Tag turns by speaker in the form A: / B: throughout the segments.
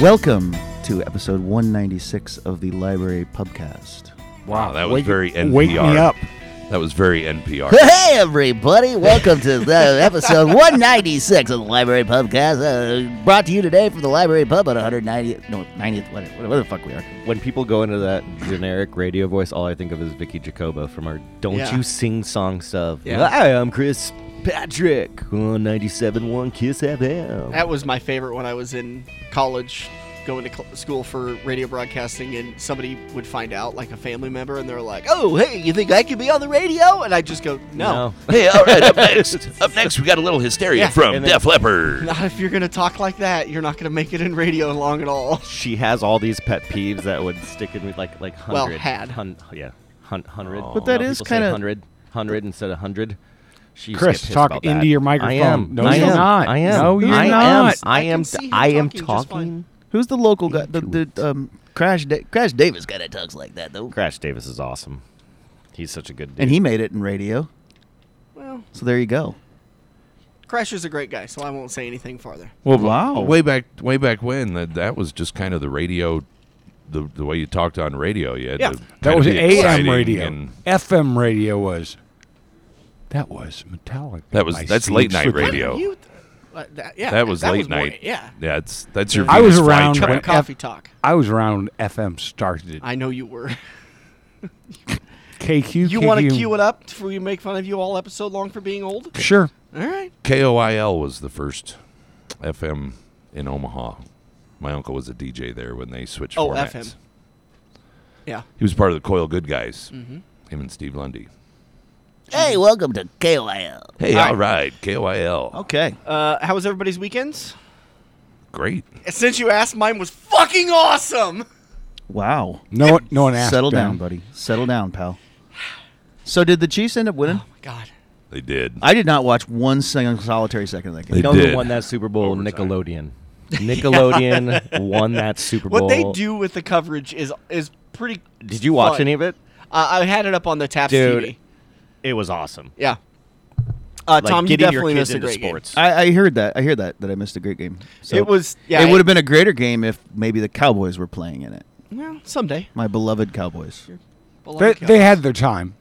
A: Welcome to episode 196 of the Library Pubcast.
B: Wow, that was
C: Wake-
B: very NPR.
C: Wake me up.
B: That was very NPR.
A: Hey, everybody! Welcome to the episode 196 of the Library Pubcast, uh, brought to you today from the Library Pub at 190th, no, 90th, whatever, whatever the fuck we are.
D: When people go into that generic radio voice, all I think of is Vicky Jacobo from our Don't
C: Yeah.
D: You Sing Song stuff.
C: Yeah.
D: Hi, I'm Chris Patrick on 97.1 Kiss FM.
C: That was my favorite when I was in college, going to cl- school for radio broadcasting, and somebody would find out, like a family member, and they're like, "Oh, hey, you think I could be on the radio?" And I just go, "No,
B: hey, all right, up next. Up next, we got a little hysteria
C: Yeah,
B: from
D: and then-
B: Def Leppard.
C: not if you're gonna talk like that. You're not gonna make it in radio long at all."
D: She has all these pet peeves that would stick in with like like hundred.
C: Well, had. Oh.
D: Hun- yeah, hun- hundred.
B: But
A: that
D: You know,
A: is
D: people say
A: kinda-
D: hundred, hundred instead of hundred. She used to
E: Chris,
D: get pissed
E: talk
D: about
E: into
D: that.
E: your microphone.
D: I am.
E: No,
D: I
E: you're
D: am.
E: not.
D: I am.
E: No, you're
D: I
E: not.
D: Am. I
C: I
D: am.
C: can see him
D: I am
C: talking just fine.
D: talking.
A: Who's the local guy? The, the um, Crash, da- Crash Davis kind of talks like that, though.
D: Crash Davis is awesome. He's such a good dude.
A: And he made it in radio,
C: Well,
A: so there you go.
C: Crasher's a great guy, so I won't say anything farther.
F: Well, b-
A: Wow.
F: way back, way back when that that was just kind of the radio, the the way you talked on radio. You had
C: Yeah.
F: to
E: That
F: kinda
E: was
F: be
E: AM
F: exciting
E: radio.
F: and
E: FM radio was. That was Metallica.
F: That was-
E: by
F: that's
E: Steve
F: late night
E: Swiffer.
F: radio.
C: What you- uh, that, yeah,
F: that was late
C: morning,
F: night.
C: yeah,
F: yeah. It's, that's your.
E: I was
F: Venus
E: around
F: flytrap.
C: cup
E: when
C: of coffee
E: F-
C: talk.
E: I was around when FM started.
C: I know you were.
E: KQ.
C: You want to
E: KQ.
C: cue it up before we make fun of you all episode long for being old?
E: Sure.
C: All right.
F: KOIL was the first FM in Omaha. My uncle was a DJ there when they switched.
C: Oh,
F: formats.
C: FM. Yeah.
F: He was part of the Coil Good Guys. Him and Steve Lundy.
A: Hey, welcome to KOL.
F: Hey,
C: All
F: all right, KOIL.
A: Okay.
C: Uh, how was everybody's weekends?
F: Great.
C: Since you asked, mine was fucking awesome.
A: Wow.
E: No one. No one asked.
A: Settle down,
E: them.
A: buddy. Settle down, pal. So did the Chiefs end up winning?
C: Oh my god.
F: They did.
A: I did not watch one single solitary second of that game.
F: They
D: You know
F: did.
D: who won that Super Bowl? Nickelodeon. Nickelodeon won that Super Bowl.
C: What they do with the coverage is is pretty.
D: Did you watch
C: fun.
D: any of it?
C: Uh, I had it up on the Taps
D: Dude.
C: TV.
D: It was awesome.
C: Yeah. Uh,
D: Like,
C: Tom, you
D: getting
C: definitely
D: your
C: missed
D: kids
C: a
D: into
C: great game.
D: sports.
A: I, I heard that. I hear that that I missed a great game. So
C: It was- yeah,
A: It
C: it-
A: would have been a greater game if maybe the Cowboys were playing in it.
C: Well, someday. uh,
A: My beloved Cowboys.
E: They,
A: Oh
E: they had their time.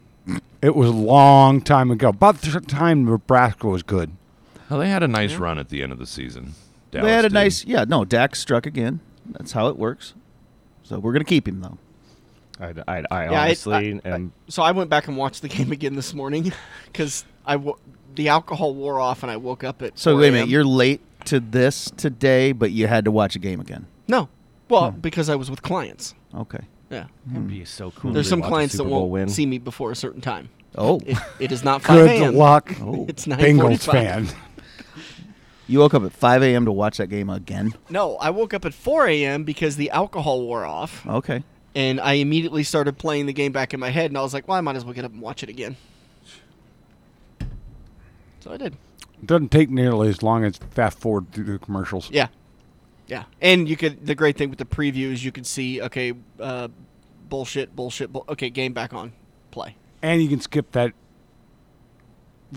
E: It was a long time ago. About the time Nebraska was good.
F: Well, they had a nice run at the end of the season. Dallas
A: they had a
F: did.
A: nice. Yeah, no, Dak struck again. That's how it works. So we're gonna keep him though.
D: I, I, I
C: I-
D: honestly
C: I-
D: am.
C: So I went back and watched the game again this morning because I wo- the alcohol wore off and I woke up at.
A: So
C: 4
A: wait a
C: a.m..
A: minute, you're late to this today, but you had to watch a game again.
C: no. Well,
D: Hmm.
C: because I was with clients.
A: Okay.
C: Yeah.
D: It'd be so cool.
C: There's
D: to
C: some
D: watch a
C: clients that
D: Super Bowl
C: won't
D: win.
C: see me before a certain time.
A: Oh,
C: It, it is not 5
E: Good
C: a.m.
E: luck,
C: It's
E: Bengals
C: 9:45.
E: fan.
A: you woke up at 5 a.m. to watch that game again.
C: No, I woke up at 4 a.m. because the alcohol wore off,
A: Okay.
C: and I immediately started playing the game back in my head, and I was like, well, I might as well get up and watch it again. So I did.
E: Doesn't take nearly as long as fast forward through the commercials.
C: Yeah. Yeah. And you could, the great thing with the preview is you could see, okay, uh, bullshit, bullshit, bull- okay, game back on, play.
E: And you can skip that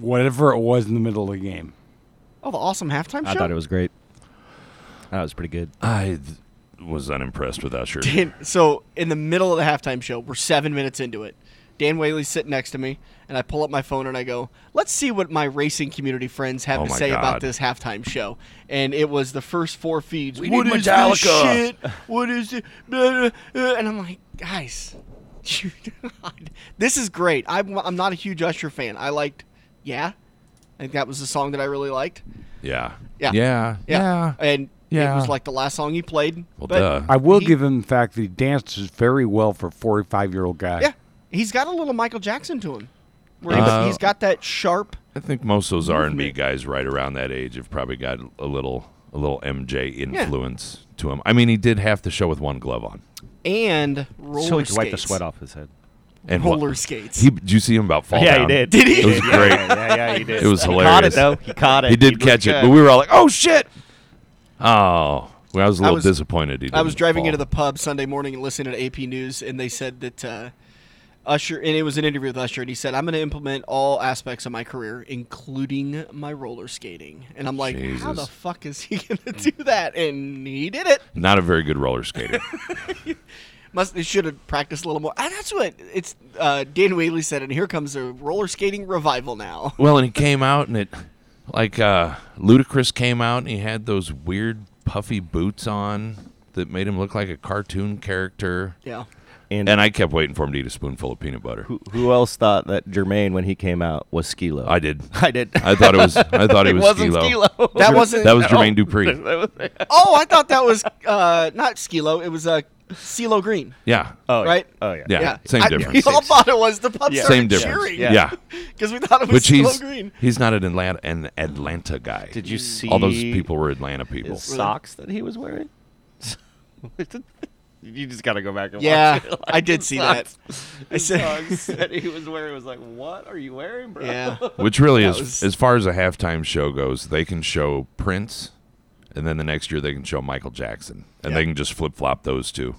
E: whatever it was in the middle of the game.
C: Oh, the awesome halftime show?
D: I thought it was great. That was pretty good.
F: I th- was unimpressed with Usher.
C: Dan, so in the middle of the halftime show, we're seven minutes into it. Dan Whaley's sitting next to me, and I pull up my phone and I go, "Let's see what my racing community friends have
F: Oh
C: to
F: my
C: say about
F: God.
C: this halftime show." And it was the first four feeds.
F: We
C: what
F: need
C: is this
F: Metallica."
C: shit? What is it? Blah, blah, blah." And I'm like, guys, you- this is great. I'm, I'm not a huge Usher fan. I liked, yeah, I think that was the song that I really liked.
F: Yeah.
C: Yeah.
F: Yeah.
C: Yeah, and it
F: Yeah.
C: was like the last song he played.
F: Well,
C: but-
F: duh.
E: I will
C: He-
E: give him the fact that he dances very well for a 45 year old guy.
C: Yeah, he's got a little Michael Jackson to him. Where
F: Uh,
C: he's got that sharp.
F: I think most of those R and B guys right around that age have probably got a little a little MJ influence to him. I mean, he did half the show with one glove on.
C: and roller
D: So he
C: skates.
D: wiped the sweat off his head.
F: And what-
C: Roller skates.
F: He, did you see him about fall down?
D: Did he?
F: It was great.
D: Yeah, yeah, he did.
F: It was
D: He caught it
F: hilarious.
D: though. He caught it.
F: He did
D: looked
F: catch it,
D: good.
F: but we were all like, "Oh shit!" Oh, well, I was a
C: I
F: little
C: was-
F: disappointed. He
C: I was
F: didn't
D: Oh.
C: driving
F: fall.
C: into the pub Sunday morning and listening to AP News, and they said that uh, Usher, and it was an interview with Usher, and he said, "I'm going to implement all aspects of my career, including my roller skating." And I'm like, "How
F: Jesus.
C: the fuck is he going to do that?" And he did it.
F: Not a very good roller skater.
C: Must they should have practiced a little more. And that's what it's. Uh, Dan Whaley said, and here comes a roller skating revival now.
F: well, and he came out and it, like, uh, Ludacris came out and he had those weird puffy boots on that made him look like a cartoon character.
C: Yeah.
D: And,
F: And I kept waiting for him to eat a spoonful of peanut butter.
D: who, who else thought that Jermaine when he came out was Skilo?
F: I did.
D: I did.
F: I thought it was. I thought it, was
D: wasn't Uh,
F: Skee-Lo.
D: Skee-Lo.
C: That wasn't.
F: That was Jermaine Dupree.
C: Oh, I thought that was uh, not Skilo. It was uh, CeeLo Green.
F: Yeah.
D: Oh, yeah.
C: Right?
D: Oh yeah.
F: Yeah. Same
C: I-
F: difference.
C: We all thought it was the pub
D: Yeah.
F: Same difference.
D: Yeah.
F: Yeah.
C: Because we thought it was
F: Which
C: CeeLo
F: he's
C: Green.
F: he's not an Atlanta an Atlanta guy.
D: Did you see
F: all those people were Atlanta people.
D: his socks that he was wearing? you just gotta go back and
C: Yeah,
D: watch it.
C: I did see that. I
D: His
C: said,
D: socks that he was wearing was like, what are you wearing, bro?
C: yeah.
F: Which really is
C: was-
F: as far as a halftime show goes, they can show Prince and then the next year they can show Michael Jackson. And they can just flip flop those two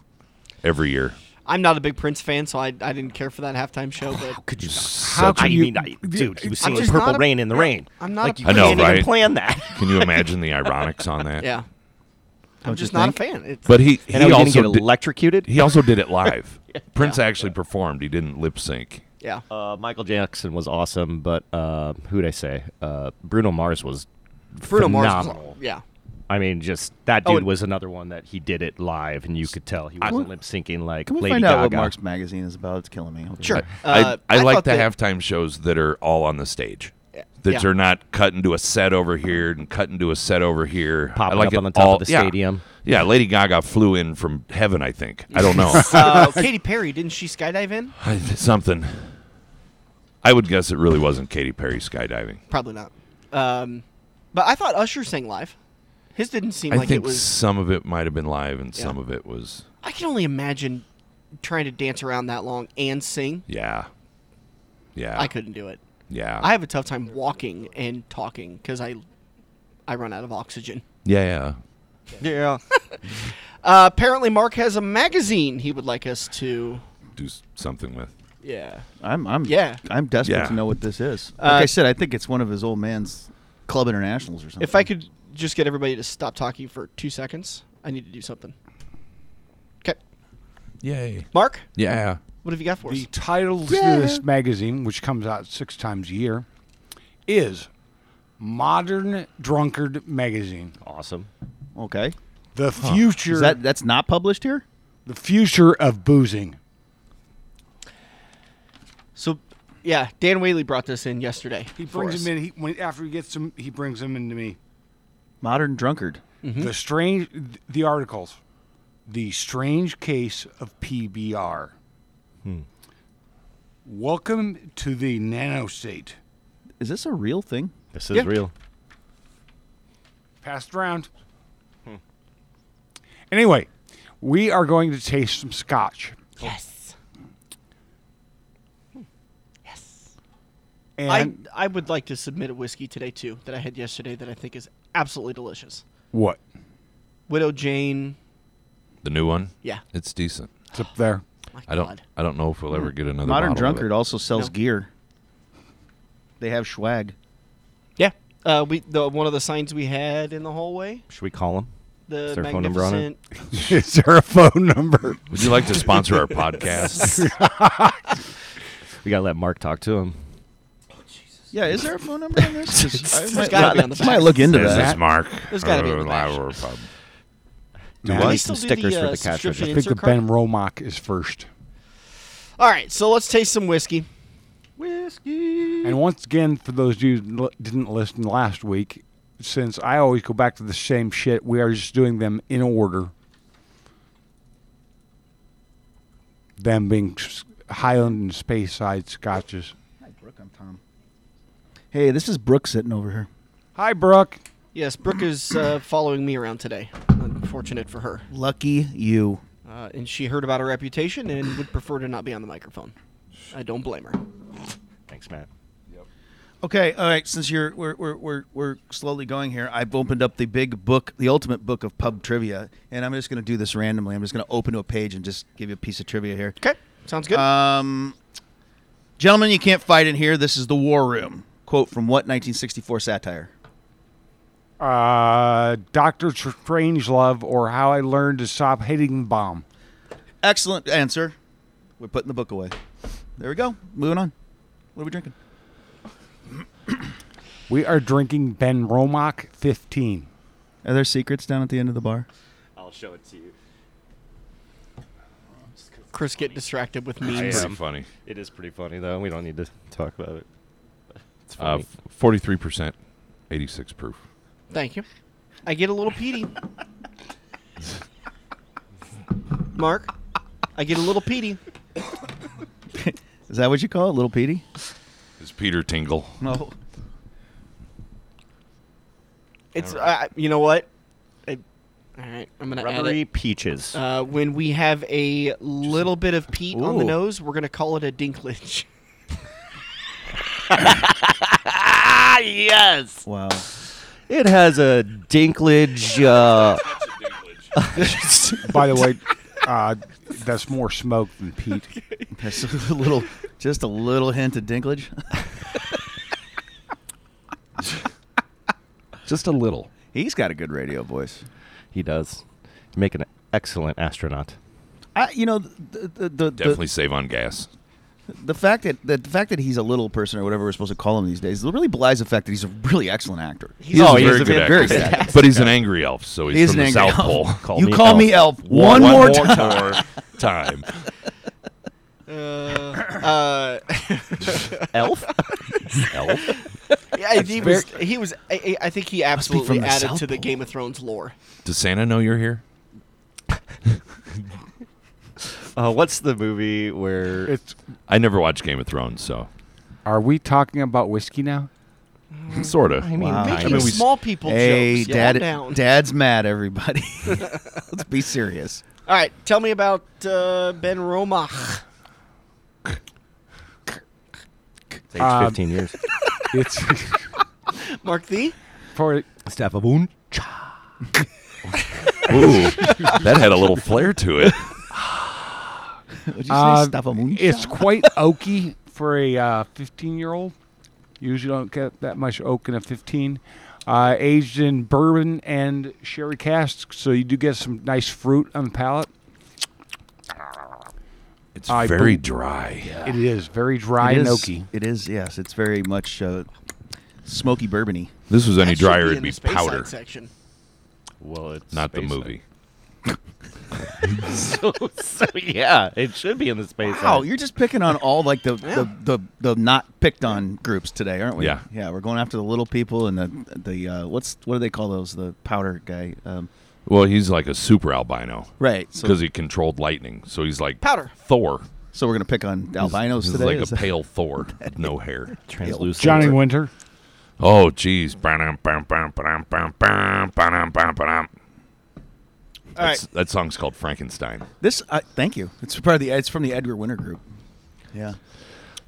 F: every year.
C: I'm not a big Prince fan, so I, I didn't care for that halftime show. But
D: Oh, Could you? Not?
E: How
F: Such,
E: can
D: I
E: you,
D: mean, I, dude, he was
C: I'm
D: singing
C: just
D: "Purple
C: not a-
D: Rain" in the rain.
C: I'm not
D: Like
C: a-
D: you
F: I know,
D: can't even
F: right?
D: plan that.
F: can you imagine the ironics on that?
C: yeah, I'm
D: Don't
C: just
D: you
C: not
D: think?
C: a fan. It's,
F: But he, he
D: And I didn't
F: also
D: get
F: did,
D: electrocuted.
F: he also did it live. Prince actually performed. He didn't lip sync.
C: yeah,
D: Uh, Michael Jackson was awesome, but uh, who'd I say? Uh, Bruno Mars was
C: Bruno Mars.
D: phenomenal.
C: was- yeah,
D: I mean, just that
C: Oh,
D: dude
C: and-
D: was another one that he did it live, and you could tell he wasn't lip syncing like
G: Can we
D: Lady
G: find out
D: Gaga.
G: what Mark's magazine is about? It's killing me.
C: sure.
F: I,
C: Uh,
F: I,
C: thought
F: like the
C: that-
F: halftime shows that are all on the stage. That
C: yeah.
F: are not cut into a set over here and cut into a set over here.
D: Popping
F: I like
D: up
F: it
D: on the top of
F: all-
D: the
F: yeah.
D: stadium.
F: Yeah, Lady Gaga flew in from heaven, I think. I don't know.
C: Uh, Katy Perry didn't she skydive in?
F: I- Something. I would guess it really wasn't Katy Perry skydiving.
C: Probably not. Um, but I thought Usher sang live. His didn't seem
F: I
C: like
F: think
C: it was.
F: some of it might have been live and
C: Yeah.
F: some of it was,
C: I can only imagine trying to dance around that long and sing.
F: yeah. Yeah.
C: I couldn't do it.
F: Yeah.
C: I have a tough time walking and talking because I, I run out of oxygen.
F: yeah, yeah.
D: Yeah.
C: Uh, apparently, Mark has a magazine he would like us to.
F: Do s- something with.
C: Yeah.
G: I'm, I'm,
C: Yeah.
G: I'm desperate
F: Yeah.
G: to know what this is. Like
C: Uh,
G: I said, I think it's one of his old man's club internationals or something.
C: If I could just get everybody to stop talking for two seconds, I need to do something. Okay.
F: Yay.
C: Mark,
F: Yeah.
C: what have you got for us?
E: The title to this magazine, which comes out six times a year, is Modern Drunkard Magazine.
D: Awesome.
G: okay,
E: The future,
G: is that that's not published here?
E: the future of boozing.
C: So, yeah, Dan Whaley brought this in yesterday.
E: He brings him in. He, when, after he gets them, he brings them into me.
G: Modern drunkard.
E: The strange, the articles, the strange case of PBR. Welcome to the nano state.
G: Is this a real thing?
D: This is
C: Yeah.
D: real.
E: Passed around. Anyway, we are going to taste some scotch.
C: Yes. Yes. I,
E: And
C: I would like to submit a whiskey today, too, that I had yesterday that I think is absolutely delicious.
E: what?
C: Widow Jane.
F: The new one?
C: Yeah.
F: It's decent.
E: It's up there.
C: My
F: I don't
C: God.
F: I don't know if we'll ever get another
G: Modern
F: bottle of it.
G: drunkard also sells
C: No.
G: gear. They have swag.
C: Yeah. Uh, we the one of the signs we had in the hallway.
D: Should we call him?
C: The
D: Is there a phone number on it?
C: magnificent.
E: Is there a phone number?
F: Would you like to sponsor our podcast?
D: We gotta let Mark talk to him.
G: Yeah, is there a phone number on this? 'Cause I might,
C: gotta be on the
G: I might
C: back.
G: look into
F: this
G: that.
F: is Mark.
C: There's gotta be a match.
E: Now,
C: Do
E: I
C: they
D: Need
C: still
D: some
C: do
D: stickers
C: the,
D: for
C: uh,
D: the cash
C: subscription
D: register.
E: think
C: insert
E: of Ben
C: card?
E: Romack is first.
C: All right, so let's taste some whiskey.
E: And once again, for those of you who l- didn't listen last week, since I always go back to the same shit, we are just doing them in order. Them being s- Highland and Space Side scotches.
G: Hi, Brooke. I'm Tom. Hey, this is Brooke sitting over here.
E: Hi, Brooke.
C: Yes, Brooke is uh, following me around today. Unfortunate for her.
G: Lucky you.
C: Uh, and she heard about her reputation and would prefer to not be on the microphone. I don't blame her.
D: Thanks, Matt.
G: Okay, all right. Since you're we're we're we're, we're slowly going here, I've opened up the big book, the ultimate book of pub trivia, and I'm just going to do this randomly. I'm just going to open to a page and just give you a piece of trivia here.
A: Uh,
C: Okay, sounds good.
G: Um,
A: Gentlemen, you can't fight in here. This is the war room. Quote from what 1964 satire?
E: Uh, Doctor Strangelove or How I Learned to Stop Hating Bomb.
A: Excellent answer. We're putting the book away. There we go. Moving on. What are we drinking?
E: We are drinking Ben Romack 15.
A: Are there secrets down at the end of the bar?
D: I'll show it to you.
C: Chris get distracted with memes.
F: Pretty funny.
D: It is pretty funny though. We don't need to talk about it. It's
F: Uh,
D: funny.
F: Forty-three percent, eighty-six proof.
C: Thank you. I get a little peaty. Mark, I get a little peaty.
A: Is that what you call it, little Petey?
F: It's Peter Tingle.
A: No.
C: It's uh, you know what? I, all right, I'm gonna add
D: Rubbery
C: it.
D: peaches.
C: Uh, when we have a little bit of peat on the
D: Ooh.
C: nose, we're gonna call it a dinklage.
A: Wow.
D: it has a dinklage. Uh,
E: By the way, uh, that's more smoke than peat.
A: That's a little, just a little hint of dinklage.
F: Just a little.
A: He's got a good radio voice.
D: he does. You make an excellent astronaut.
A: I, you know, the the, the,
F: Definitely
A: the
F: save on gas.
A: the fact that the, fact that he's a little person or whatever we're supposed to call him these days really belies the fact that he's a really excellent actor.
C: He's
F: oh,
A: a
F: he's
A: very
F: a
A: good
F: very
A: actor.
F: good actor. But he's an angry elf, so he's,
A: He's
F: from
A: an
F: the
A: angry
F: South Pole.
D: Call
A: you
D: me
A: call
D: elf.
A: me Elf one, more time.
F: more time.
C: Uh,
D: Elf.
F: elf.
C: yeah, he was. He was. I, I I think he absolutely
A: the
C: added
A: South
C: to the
A: Pole.
C: Game of Thrones lore.
F: Does Santa know you're here?
D: Uh, what's the movie where
E: It's.
F: I never watched Game of Thrones, so
E: Are we talking about whiskey now?
F: sort of.
D: mean, Wow.
C: Making
F: I mean, we-
C: small people
A: Hey,
C: jokes.
A: dad,
C: Calm down.
A: dad's mad. Everybody, let's be serious.
C: All right, tell me about uh, Ben Romach.
D: it's aged
E: Um,
D: 15 years?
E: It's
C: Mark the
E: for
D: Stavaboon.
F: Ooh, that had a little flair to it.
A: Would you say
E: Uh,
A: stop a moonshot?
E: it's quite oaky for a 15 year old. Usually don't get that much oak in a 15. Uh, aged in bourbon and sherry casks, so you do get some nice fruit on the palate.
F: It's
E: I
F: very
E: bel-
F: dry.
E: It is very dry
A: It
E: and
A: is-
E: oaky.
A: It is. Yes, it's very much uh, smoky bourbony.
F: This was any
C: That should
F: drier,
C: be in
F: it'd
C: the
F: be
C: space
F: powder,
C: side section.
D: Well, it's
F: not the movie.
D: so, so yeah, it should be in the space.
A: Wow,
D: side.
A: you're just picking on all like the,
C: Yeah.
A: the, the the not picked on groups today, aren't we?
F: Yeah.
A: yeah. We're going after the little people and the the uh, what's what do they call those? The powder guy. Um,
F: Well, he's like a super albino
A: right. So
F: because he controlled lightning, so he's like
C: Powder.
F: Thor.
A: so we're gonna pick on
F: He's-
A: albinos
F: he's
A: today.
F: like
A: is
F: a
A: that-
F: pale Thor, with no hair.
D: translucent.
E: Johnny Winter.
F: Oh, jeez. Ba-dum, ba-dum, ba-dum, ba-dum, ba-dum, ba-dum, ba-dum, ba-dum, ba-dum.
C: All
F: That's-
C: right,
F: That song's called Frankenstein.
A: This. Uh, thank you. It's part of the. It's from the Edgar Winter group. Yeah.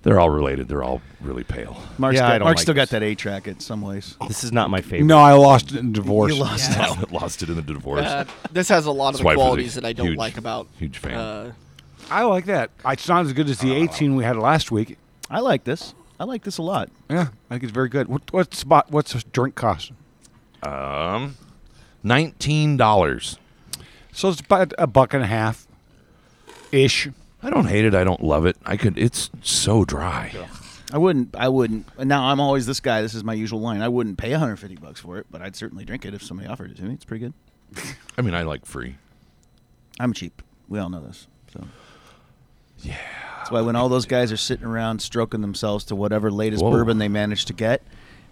F: They're all related. They're all really pale.
A: Mark's,
D: Yeah, I
A: still,
D: don't
A: Mark's
D: like
A: still got
D: this. Oh,
A: that A track in some ways.
D: This is not my favorite.
E: No, I lost it in divorce.
A: You lost it.
F: Lost it in the divorce.
C: uh, this has a lot of
F: His
C: the
F: wife was a
C: qualities that I don't
F: huge-
C: like about.
F: huge fan.
C: Uh,
E: I like that. Uh, It's not as good as
A: Oh.
E: the 18 we had last week.
A: I like this. I like this a lot.
E: Yeah, I think it's very good. What, what's about, what's a drink cost?
F: um, nineteen dollars.
E: So it's about a buck and a half, ish.
F: I don't hate it. I don't love it. I could. It's so dry.
A: I wouldn't. I wouldn't. and Now I'm always this guy. This is my usual line. I wouldn't pay 150 bucks for it, but I'd certainly drink it if somebody offered it to me. It's pretty good.
F: I mean, I like free.
A: I'm cheap. We all know this. So. Yeah. That's why when all those guys are sitting around stroking themselves to whatever latest
F: Whoa.
A: bourbon they managed to get,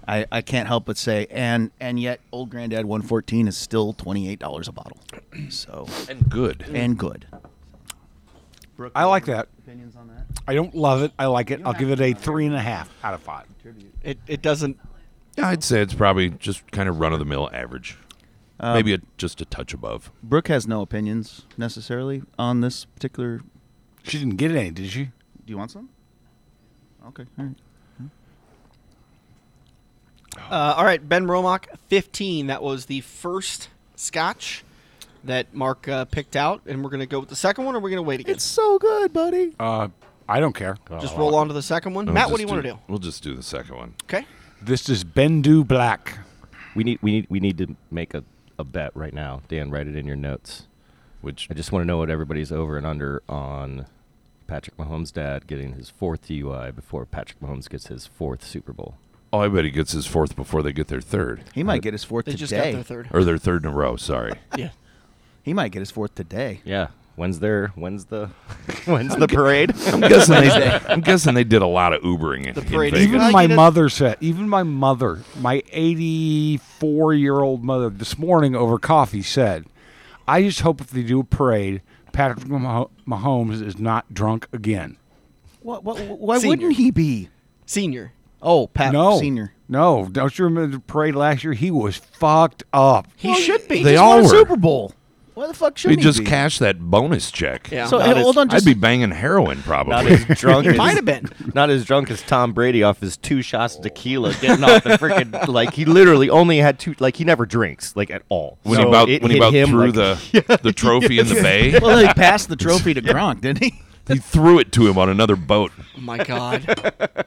A: I, I can't help but say, and and yet old granddad 114 is still twenty eight dollars a bottle. So
F: and good.
A: and good.
E: I like that.
A: Opinions on that?
E: I don't love it. I like it. I'll give it a three and a half out of five.
C: it, it doesn't.
F: yeah, I'd say it's probably just kind of run of the mill average. Maybe a, just a touch above.
A: Brooke has no opinions necessarily on this particular. Do
E: She didn't get any, did she?
A: you want some? Okay. All right.
C: Uh, all right, Ben Romach, 15. That was the first scotch that Mark uh, picked out, and we're going to go with the second one, or we're going to wait again?
A: so good, buddy.
E: Uh, I don't care.
C: Just roll on to the second one.
F: We'll
C: Matt, what do you
F: just
C: want to do?
F: We'll just do the second one.
C: Okay.
E: This is Bendu Black.
D: We need we need we need to make a, a bet right now. Dan, write it in your notes.
F: Which
D: I just want to know what everybody's over and under on Patrick Mahomes' dad getting his fourth DUI before Patrick Mahomes gets his fourth Super Bowl.
F: oh, I bet he gets his fourth before they get their third
A: He might get his fourth
C: They
A: today.
C: just got their third.
F: or their third in a row. Sorry.
C: Yeah.
A: He might get his fourth today.
D: Yeah. When's their when's the when's the parade?
F: I'm guessing they. I'm guessing they did a lot of Ubering in,
C: The
F: in
C: parade is
F: Vegas.
C: Can I
E: Even my
C: get a-
E: mother said, even my mother, my 84 year old mother, this morning over coffee said, I just hope if they do a parade, Patrick Mah- Mahomes is not drunk again.
A: What, what, why
C: Senior.
A: wouldn't he be?
C: Senior.
A: Oh, Pat
E: No.
A: Senior.
E: No. Don't you remember the parade last year? He was fucked up.
C: He should be.
F: they
A: He's
F: all
A: won a
F: were.
A: Super Bowl. Why the fuck should
F: He
A: he
F: just
A: be?
F: cashed that bonus check.
C: Yeah.
A: So
D: Not
A: hey,
D: as-
A: hold on, just
F: I'd be banging heroin
D: Not
F: probably.
D: as drunk
C: He
D: as,
C: might have been.
D: not as drunk as Tom Brady off his two shots of tequila getting off the freaking like he literally only had two like he never drinks like at all.
F: When
D: So
F: he about
D: it
F: when he
D: hit
F: about
D: him
F: threw
D: like-
F: the the trophy in the bay,
A: well, he passed the trophy to Gronk, didn't he?
F: he threw it to him on another boat,
C: Oh my God.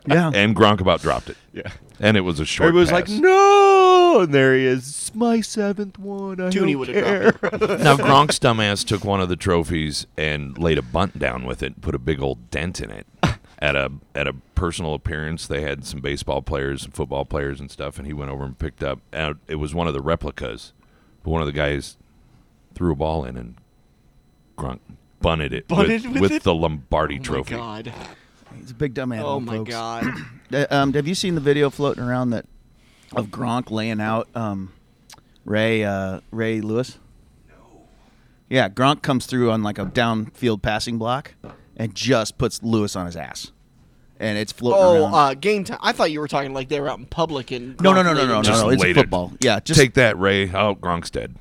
A: Yeah.
F: and Gronk about dropped it.
D: Yeah.
F: and it was a short.
D: Everybody's like,
F: pass.
D: no, and there he is. It's my seventh one. I
C: Tooney
D: don't
C: would
D: care."
C: have dropped it. Oh
F: Now Gronk's dumbass took one of the trophies and laid a bunt down with it, put a big old dent in it. At a at a personal appearance, they had some baseball players and football players and stuff, and he went over and picked up. And it was one of the replicas, but one of the guys threw a ball in and Gronk bunted it
C: Bunted
F: with,
C: with it?
F: the Lombardi
C: Oh my
F: trophy.
C: God.
A: He's a big dumb animal.
C: Oh my
A: folks.
C: God.
A: Uh, um, have you seen the video floating around that of Gronk laying out um, Ray uh, Ray Lewis? Yeah, Gronk comes through on like a downfield passing block and just puts Lewis on his ass, and it's floating
C: Oh,
A: around.
C: uh, game time. I thought you were talking like they were out in public and.
A: no, no, no, no, no, no,
F: Just
A: no! It's
F: laid it.
A: football. Yeah, just
F: Take that, Ray. Oh, Gronk's dead.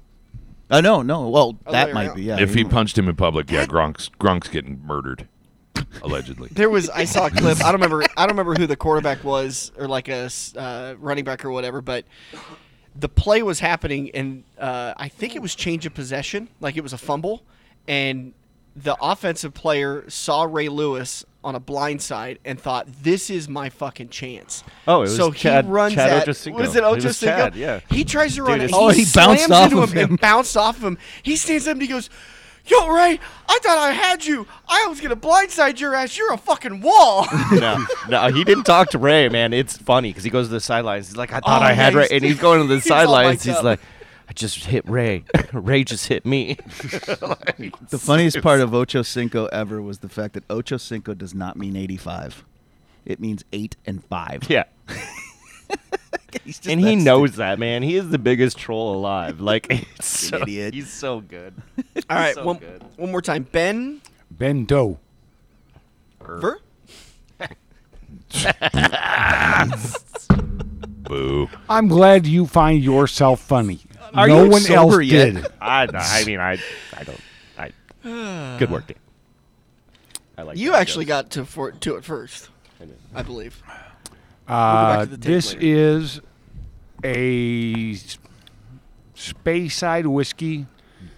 A: Uh, no, no. Well, that
C: Oh, there you
A: might
C: go.
A: be. Yeah.
F: if he punched him in public, yeah, Gronk's Gronk's getting murdered, allegedly.
C: There was I saw a clip. I don't remember. I don't remember who the quarterback was or like a s- uh, running back or whatever. But the play was happening, and uh, I think it was change of possession. Like it was a fumble, and the offensive player saw Ray Lewis on a blind side and thought, "This is my fucking chance."
D: Oh, it was
C: so
D: Chad-
C: he runs
D: Chad
C: at
D: Ochocinco.
C: was it
D: It was
C: Ochocinco?
D: Chad, yeah.
C: He tries to run.
D: Dude,
C: it.
D: it's-
A: Oh, he
C: slams
A: bounced off
C: into
A: of
C: him
A: him.
C: and bounced off of him. He stands up and he goes, "Yo, Ray, I thought I had you. I was gonna blindside your ass. You're a fucking wall."
D: no, no, he didn't talk to Ray, man. It's funny because he goes to the sidelines. He's like, I thought
C: Oh,
D: I had
C: yeah,
D: Ray,
C: he's-
D: and he's going to the
C: he's all
D: sidelines.
C: mic'd
D: He's
C: up.
D: like, I just hit Ray. Ray just hit me.
A: the funniest part of Ocho Cinco ever was the fact that Ocho Cinco does not mean 85. It means 8 and 5.
D: Yeah.
A: He's just
D: And he
A: that
D: knows that, man. He is the biggest troll alive. Like, it's so,
A: idiot.
D: he's so good.
C: All right,
D: So
C: one,
D: good.
C: one more time, Ben.
E: Bendo.
C: Ver?
F: Boo.
E: I'm glad you find yourself funny.
D: Are
E: no
D: you
E: one else
D: sober yet?
E: did.
D: I, I mean, I, I don't. I, good work, Dan. I like
C: You
D: that
C: actually
D: joke.
C: got to for, to it first, I believe.
E: Uh,
C: back to the tape
E: this
C: later.
E: is a s- space side whiskey,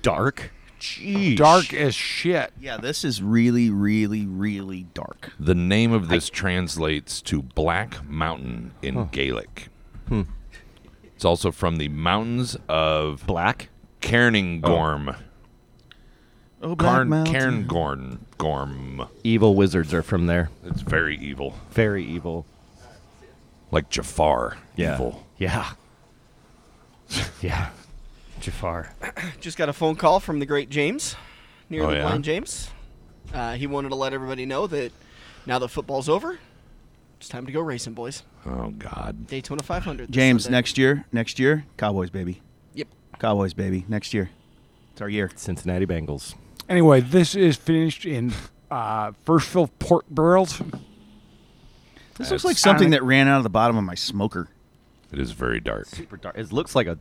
D: dark. Jeez.
E: dark as shit.
A: Yeah, this is really, really, really dark.
F: The name of this translates to Black Mountain in Gaelic. It's also from the mountains of
D: black.
F: Cairngorm.
A: Oh,
F: Carn- Cairngorm. Gorm.
D: Evil wizards are from there.
F: It's very evil.
D: Very evil.
F: Like Jafar.
D: Yeah.
F: Evil.
D: Yeah. yeah. Jafar.
C: Just got a phone call from the great James, near
F: Oh,
C: the
F: yeah?
C: blind James. Uh, he wanted to let everybody know that now that football's over, it's time to go racing, boys.
F: Oh, God.
C: Daytona 500. this
A: James,
C: Sunday.
A: next year, next year, Cowboys, baby.
C: Yep.
A: Cowboys, baby. Next year. It's our year.
D: Cincinnati Bengals.
E: Anyway, this is finished in uh, first fill port barrels.
A: This looks like something
E: I-
A: that ran out of the bottom of my smoker.
F: It is very dark.
D: Super dark. It looks like a.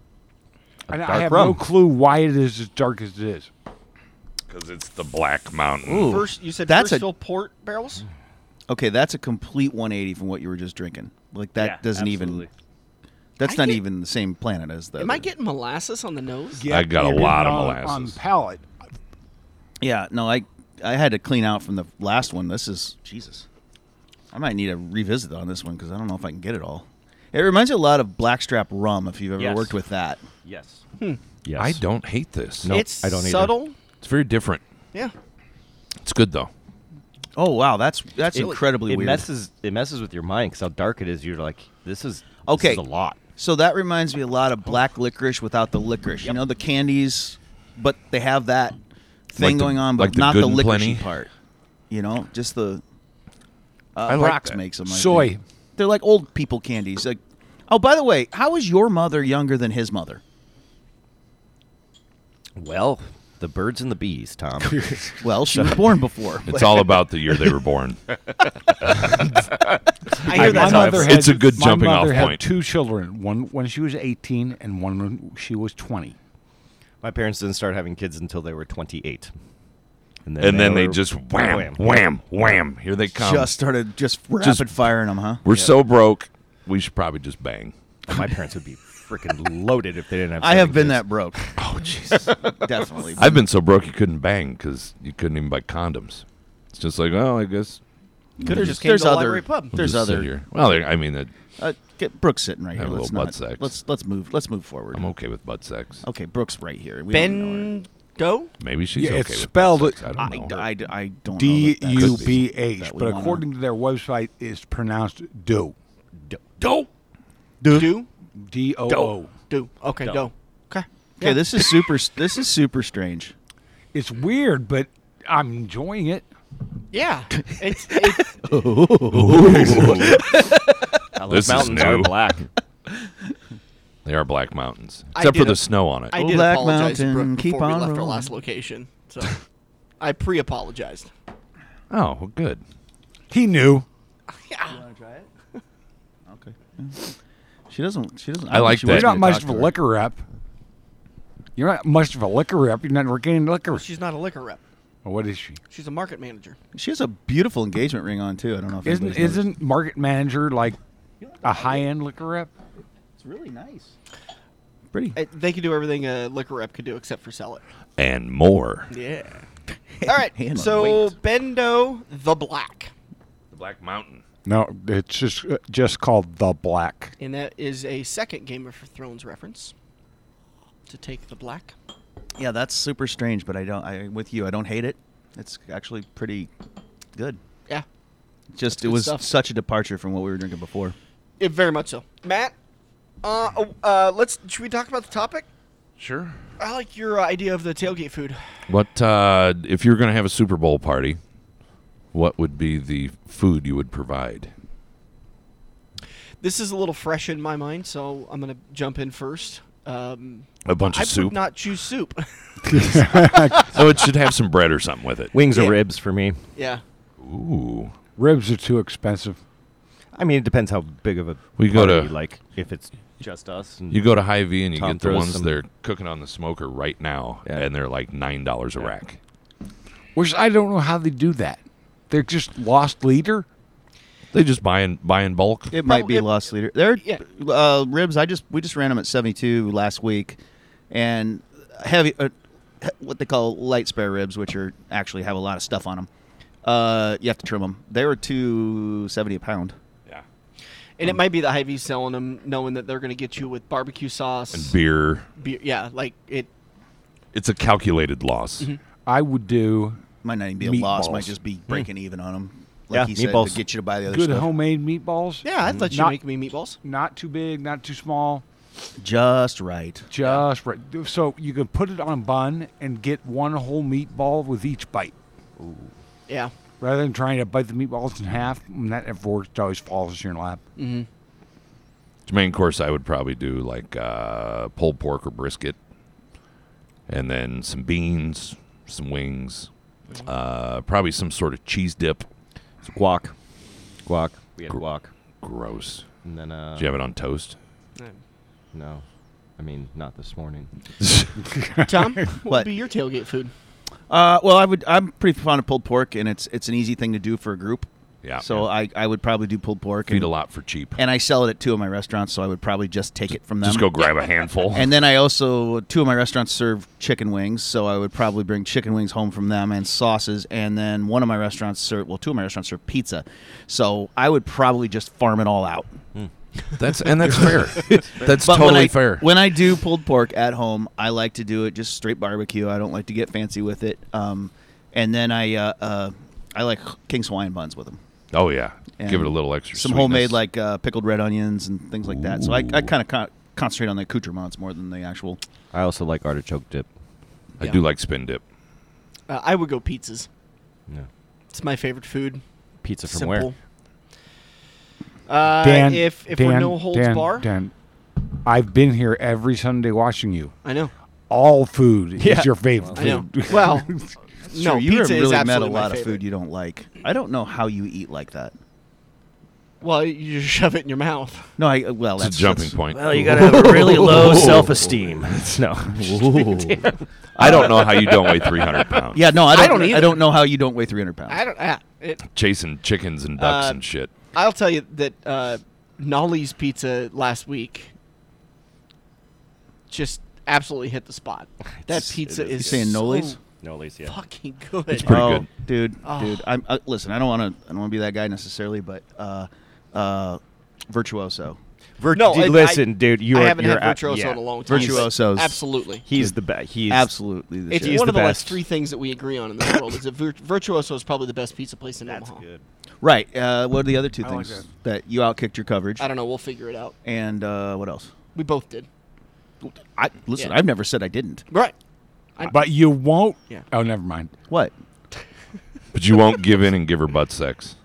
E: And I
D: dark
E: have
D: rum.
E: no clue why it is as dark as it is.
F: Because it's the Black Mountain.
C: First, you said
A: That's
C: first
A: a-
C: fill port barrels.
A: Okay, that's a complete 180 from what you were just drinking. Like that doesn't even. That's
C: I
A: not
C: get-
A: even the same planet as
D: Mm.
A: the.
C: Am I
A: other.
C: getting molasses on the nose?
F: I got a
E: Yeah,
F: lot of
E: on- On
F: molasses.
E: palate.
A: Yeah, no, I I had to clean out from the last one. This is Jesus. I might need a revisit on this one because I don't know if I can get it all. It reminds me a lot of Blackstrap rum. If you've ever
D: Yes.
A: worked with that,
D: Yes.
F: Hmm.
D: Yes.
F: I don't hate this.
D: Nope,
C: it's
D: I don't either.
C: subtle.
F: It's very different.
C: Yeah.
F: It's good though.
A: oh wow, that's that's
D: It-
A: incredibly
D: it
A: weird.
D: messes it messes with your mind because how dark it is. You're like, this is
A: Okay.
D: This is a lot.
A: So that reminds me a lot of black licorice without the licorice. You know the candies, but they have that thing
F: Like the-
A: going on, but
F: like the
A: not
F: Good
A: the
F: and Plenty?
A: licorice part. You know, just the. Uh,
F: I like
A: Brock's
F: that.
A: makes them. I
E: Soy.
A: think. They're like old people candies. Like, oh, by the way, how is your mother younger than his mother?
D: Well, the birds and the bees, Tom.
A: Well, she was born before.
F: It's all about the year they were born.
C: I
E: my
C: hear that.
E: mother
F: It's
E: had-
F: a good
E: my
F: jumping
E: mother
F: off
E: had
F: point.
E: Two children, one when she was 18 and one when she was 20.
D: My parents didn't start having kids until they were 28. then,
F: and then they
D: were-
F: just wham, wham, wham. Here they come.
A: just started just rapid firing them, huh?
F: we're so broke. We should probably just bang.
D: My parents would be freaking loaded if they didn't have.
A: I have been that
D: seven kids.
A: broke,
F: Oh jeez.
A: definitely.
F: I've been so broke you couldn't bang because you couldn't even buy condoms. It's just like, oh, I guess.
C: Could have just came
A: there's
C: to the
A: other-
C: library pub.
F: we'll
A: There's
F: just sit
A: other-
F: Here. Well, I mean, that-
A: Uh, get Brooks sitting right here.
F: Have a
A: Let's
F: little butt
A: not.
F: sex.
A: Let's let's move. Let's move forward.
F: I'm okay with butt sex.
A: Okay, Brooks right here. We don't know her.
C: Ben Go.
F: Maybe she's
E: Yeah,
F: okay
E: it's
F: with
E: spelled-
F: butt sex. I
A: I,
F: don't know.
A: I, I don't
E: D
A: know. that
E: U
A: that's-
E: B H,
A: that we
E: but
A: wanna-
E: according to their website, it's pronounced do.
F: Dope.
C: Do.
E: D O O.
C: Do. Okay. Go. Okay.
A: Okay, this is super. This is super strange.
E: It's weird, but I'm enjoying it.
C: Yeah. It's, it,
D: I love
F: This is
D: mountains are
F: new.
D: black.
F: They are black mountains,
C: I
F: except
C: did
F: for the
C: a-
F: snow on it.
C: I
A: Oh,
C: did
A: Black
C: apologize to
A: Mountain,
C: Brooke
A: keep
C: before we
A: on
C: left our
A: rolling.
C: last location, so I pre-apologized.
F: oh, well, good.
E: He knew.
C: Yeah.
A: Okay. She doesn't. She doesn't.
F: I
A: don't
F: like
A: think she
E: You're
F: that.
A: wants me
E: not
A: to
E: much
A: talk
E: of a
A: to her.
E: liquor rep. You're not much of a liquor rep. You're not getting liquor.
C: She's not a liquor rep.
E: Well, what is she?
C: She's a market manager.
A: She has a beautiful engagement ring on too. I don't know if
E: Isn't
A: anybody's noticed.
E: isn't market manager like a high end liquor rep?
A: It's really nice. Pretty.
C: Uh, They can do everything a liquor rep could do except for sell it.
F: And more.
C: Yeah. All right.
A: Handle
C: so
A: weight.
C: Bendo the Black,
F: The Black Mountain.
E: No, it's just uh, just called the black.
C: and that is a second Game of Thrones reference. To take the black.
A: Yeah, that's super strange, but I don't. I with you. I don't hate it. It's actually pretty good.
C: Yeah.
A: Just it
C: good
A: was
C: stuff.
A: such a departure from what we were drinking before.
C: It very much so. Matt, uh, oh, uh, let's should we talk about the topic?
F: Sure.
C: I like your uh, idea of the tailgate food.
F: What uh, if you were going to have a Super Bowl party? What would be the food you would provide?
C: This is a little fresh in my mind, so I'm gonna jump in first. Um,
F: A bunch
C: I
F: of soup.
C: would not choose soup.
F: oh, it should have some bread or something with it.
D: Wings
C: Yeah.
D: or ribs for me.
C: yeah.
F: Ooh.
E: Ribs are too expensive.
D: I mean, it depends how big of a
F: We go
D: party,
F: to-
D: like if it's just us. And
F: You go to Hy-Vee and you
D: Tom
F: get the
D: throws
F: ones
D: some-
F: they're cooking on the smoker right now,
D: Yeah.
F: and they're like nine dollars a
D: Yeah.
F: rack.
E: Which I don't know how they do that. They're just lost leader.
F: They just buy in buy in bulk.
A: It might
C: Prob-
A: be
C: it-
A: lost leader. There,
C: Yeah.
A: uh, ribs. I just we just ran them at seventy two last week, and heavy, uh, he- what they call light spare ribs, which are actually have a lot of stuff on them. Uh, you have to trim them. They were two seventy a pound.
F: Yeah.
C: And it might be the Hy-Vee selling them, knowing that they're going to get you with barbecue sauce.
F: And beer.
C: beer. Yeah, like it.
F: It's a calculated loss.
A: Mm-hmm.
E: I would do
A: Might not even be a loss.
E: Meatballs. Hmm.
A: Might just be breaking even on them.
D: Yeah,
A: Like he said,
D: meatballs.
A: to get you to buy the other
E: good
A: stuff.
E: homemade meatballs.
C: Yeah, I'd let you
E: Not-
C: make me meatballs.
E: Not too big, not too small.
A: Just right.
E: Just right. So you can put it on a bun and get one whole meatball with each bite.
C: Yeah.
E: Rather than trying to bite the meatballs in half, and that of course always falls in your lap.
C: Uh,
F: As main course, I would probably do like uh, pulled pork or brisket, and then some beans, some wings,
A: Mm-hmm.
F: uh, probably some sort of cheese dip.
D: It's guac, guac. We had guac,
F: Gross.
D: and then uh,
F: Did you have it on toast?
D: no, I mean not this morning.
C: Tom, what,
A: What?
C: would be your tailgate food?
A: Uh, well, I would. I'm pretty fond of pulled pork, and it's it's an easy thing to do for a group.
F: Yeah,
A: So I, I would probably do pulled pork.
F: Feed
A: And,
F: a lot for cheap.
A: And I sell it at two of my restaurants, so I would probably just take it from them.
F: Just go grab a handful.
A: And then I also two of my restaurants serve chicken wings, so I would probably bring chicken wings home from them and sauces. And then one of my restaurants serve well, two of my restaurants serve pizza, so I would probably just farm it all out.
F: Hmm. that's and that's fair. That's
A: But
F: totally
A: when I,
F: fair.
A: When I do pulled pork at home, I like to do it just straight barbecue. I don't like to get fancy with it. Um, and then I uh, uh, I like King's Hawaiian buns with them.
F: oh yeah,
A: And
F: give it a little extra.
A: Some homemade
F: sweetness.
A: like uh, pickled red onions and things like that. So I, I kind of con- concentrate on the accoutrements more than the actual.
D: I also like artichoke dip.
F: I do like spin dip.
C: Uh, I would go pizzas.
D: Yeah.
C: It's my favorite food.
D: Pizza from
C: Simple.
D: where?
C: Uh,
E: Dan,
C: if if
E: Dan,
C: we're no holds
E: Dan,
C: bar,
E: Dan, I've been here every Sunday watching you.
C: I know.
E: All food
D: Yeah.
E: is your favorite
C: I know.
E: food.
C: well, no,
A: Sure, you
C: pizza
A: have really
C: is
A: met a
C: absolutely my
A: lot of
C: favorite.
A: food you don't like. I don't know how you eat like that.
C: Well, you just shove it in your mouth.
A: No, I well,
F: It's
A: that's
F: a jumping
A: that's-
F: point.
C: Oh,
H: Well, you gotta have a really low self-esteem.
D: no.
F: I don't know how you don't weigh 300 pounds.
A: Yeah, no, I don't. I
C: don't
A: don't,
C: either.
A: know how you don't weigh 300 pounds.
C: I don't. Uh, it,
F: chasing chickens and ducks
C: Uh,
F: and shit.
C: I'll tell you that uh, Nolly's pizza last week just absolutely hit the spot. That
D: It's-
C: pizza
D: it is
C: is
A: You saying
C: so
A: Nolly's?
D: No, Lacey. yeah.
C: Fucking good.
F: pretty
A: oh,
F: good.
A: dude,
C: Oh.
A: dude. I'm uh, listen. I don't want to. I don't want to be that guy necessarily, but uh, uh, virtuoso.
D: Virt-
C: No,
D: dude,
C: I-
D: listen, dude. You
C: I
D: are,
C: haven't
D: you're
C: had virtuoso
D: yeah.
C: in a long time.
A: Virtuosos.
C: Absolutely.
D: He's the best. He's
A: Absolutely, the
C: It's
A: shit.
D: is
C: one
D: the
C: of the like
D: best.
C: three things that we agree on in this world. Is that vir- virtuoso is probably the best pizza place in Omaha.
A: right. Uh, what are the other two
E: I like
A: things that you outkicked your coverage?
C: I don't know. We'll figure it out.
A: And uh, what else?
C: We both did.
A: I listen.
C: Yeah.
A: I've never said I didn't.
C: Right.
E: But you won't.
C: Yeah.
E: Oh, never mind.
A: What?
F: But you won't give in and give her butt sex.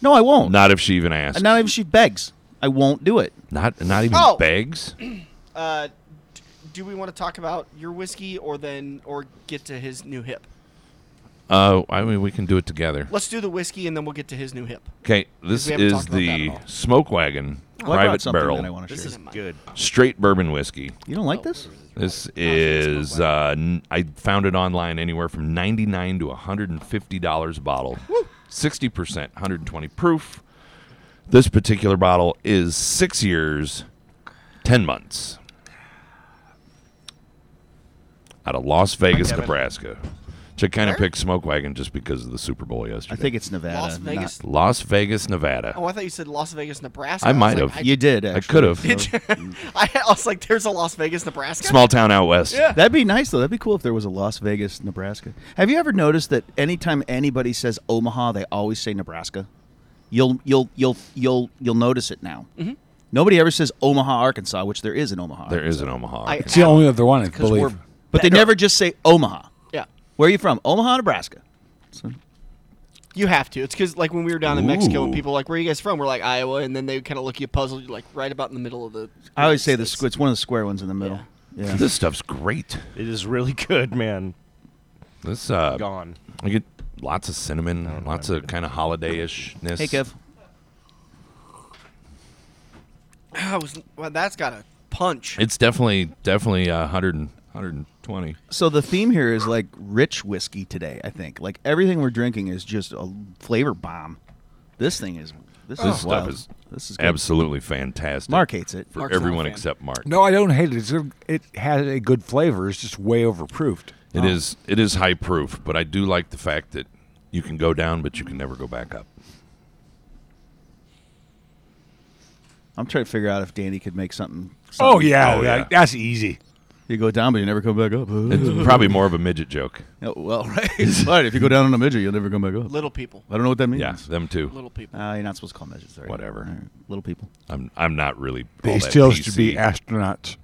A: No, I won't.
F: Not if she even asks.
A: Not even if she begs. I won't do it.
F: Not not even
C: Oh.
F: begs.
C: Uh, d- do we want to talk about your whiskey or then or get to his new hip?
F: Uh, I mean, we can do it together.
C: Let's do the whiskey and then we'll get to his new hip.
F: Okay, this
C: We haven't
F: is
C: talked about that
F: the
C: at all.
F: Smoke Wagon
A: Well, I brought
F: Private
A: something that I
F: Barrel
A: want to
C: This
A: share.
C: is Oh,
H: Good.
F: Straight Bourbon Whiskey.
A: you don't like this?
F: This is uh, n- I found it online anywhere from ninety nine to one hundred and fifty dollars a bottle. Sixty percent, one hundred and twenty proof. This particular bottle is six years, ten months, out of Las Vegas, Nebraska. Which I kind of picked Smoke Wagon just because of the Super Bowl yesterday.
A: I think it's Nevada.
C: Las
A: not-
C: Vegas.
F: Las Vegas, Nevada.
C: Oh, I thought you said Las Vegas, Nebraska.
F: I
C: was
F: might
C: like,
F: have.
A: you did.
F: I
A: Actually.
F: could have.
C: I, I was like, there's a Las Vegas, Nebraska.
F: Small town out west.
C: Yeah.
A: That'd be nice though. That'd be cool if there was a Las Vegas, Nebraska. Have you ever noticed that anytime anybody says Omaha, they always say Nebraska? You'll you'll you'll you'll you'll notice it now. Nobody ever says Omaha, Arkansas, which there is in Omaha,
F: There is an Omaha.
C: I-
E: It's the only other one, I
A: Because we're-
E: believe.
A: but they
C: better.
A: never just say Omaha.
C: Yeah.
A: Where are you from? Omaha, Nebraska.
C: You have to. It's because like when we were down in Mexico and
F: Ooh.
C: people were like, "Where are you guys from?" We're like Iowa, and then they kind of look at you puzzled. You're like right about in the middle of the.
A: I always say the
C: United
A: squ-
C: States.
A: it's one of the square ones in the middle. Yeah.
F: this stuff's great.
H: It is really good, man.
F: This uh,
D: gone.
F: I get lots of cinnamon, lots of kind of holiday-ishness.
A: Hey Kev.
C: I was. Well, that's got a punch.
F: It's definitely definitely uh, 100 and, 120.
A: So the theme here is like rich whiskey today, I think. Like everything we're drinking is just a flavor bomb. This thing is this,
F: This
A: is
F: stuff
A: wild.
F: is
A: this is good.
F: Absolutely fantastic.
A: Mark hates it.
F: for
C: Mark's not a
F: everyone
C: fan.
F: except Mark.
E: No, I don't hate it. It's a, it has a good flavor. It's just way overproofed.
F: It is it is high proof, but I do like the fact that you can go down, but you can never go back up.
A: I'm trying to figure out if Danny could make something.
E: Oh yeah,
F: Oh,
E: yeah,
F: yeah.
E: that's easy.
A: You go down, but you never come back up.
F: It's probably more of a midget joke.
A: Oh, well, right. right. If you go down on a midget, you'll never come back up.
C: little people.
A: I don't know what that means.
F: Yeah, them too.
C: Little people.
A: Uh, you're not supposed to call midgets. Sorry.
F: Whatever.
A: All right. Little people.
F: I'm I'm not really. all
E: They
F: that
E: still should be
F: PC.
E: astronauts.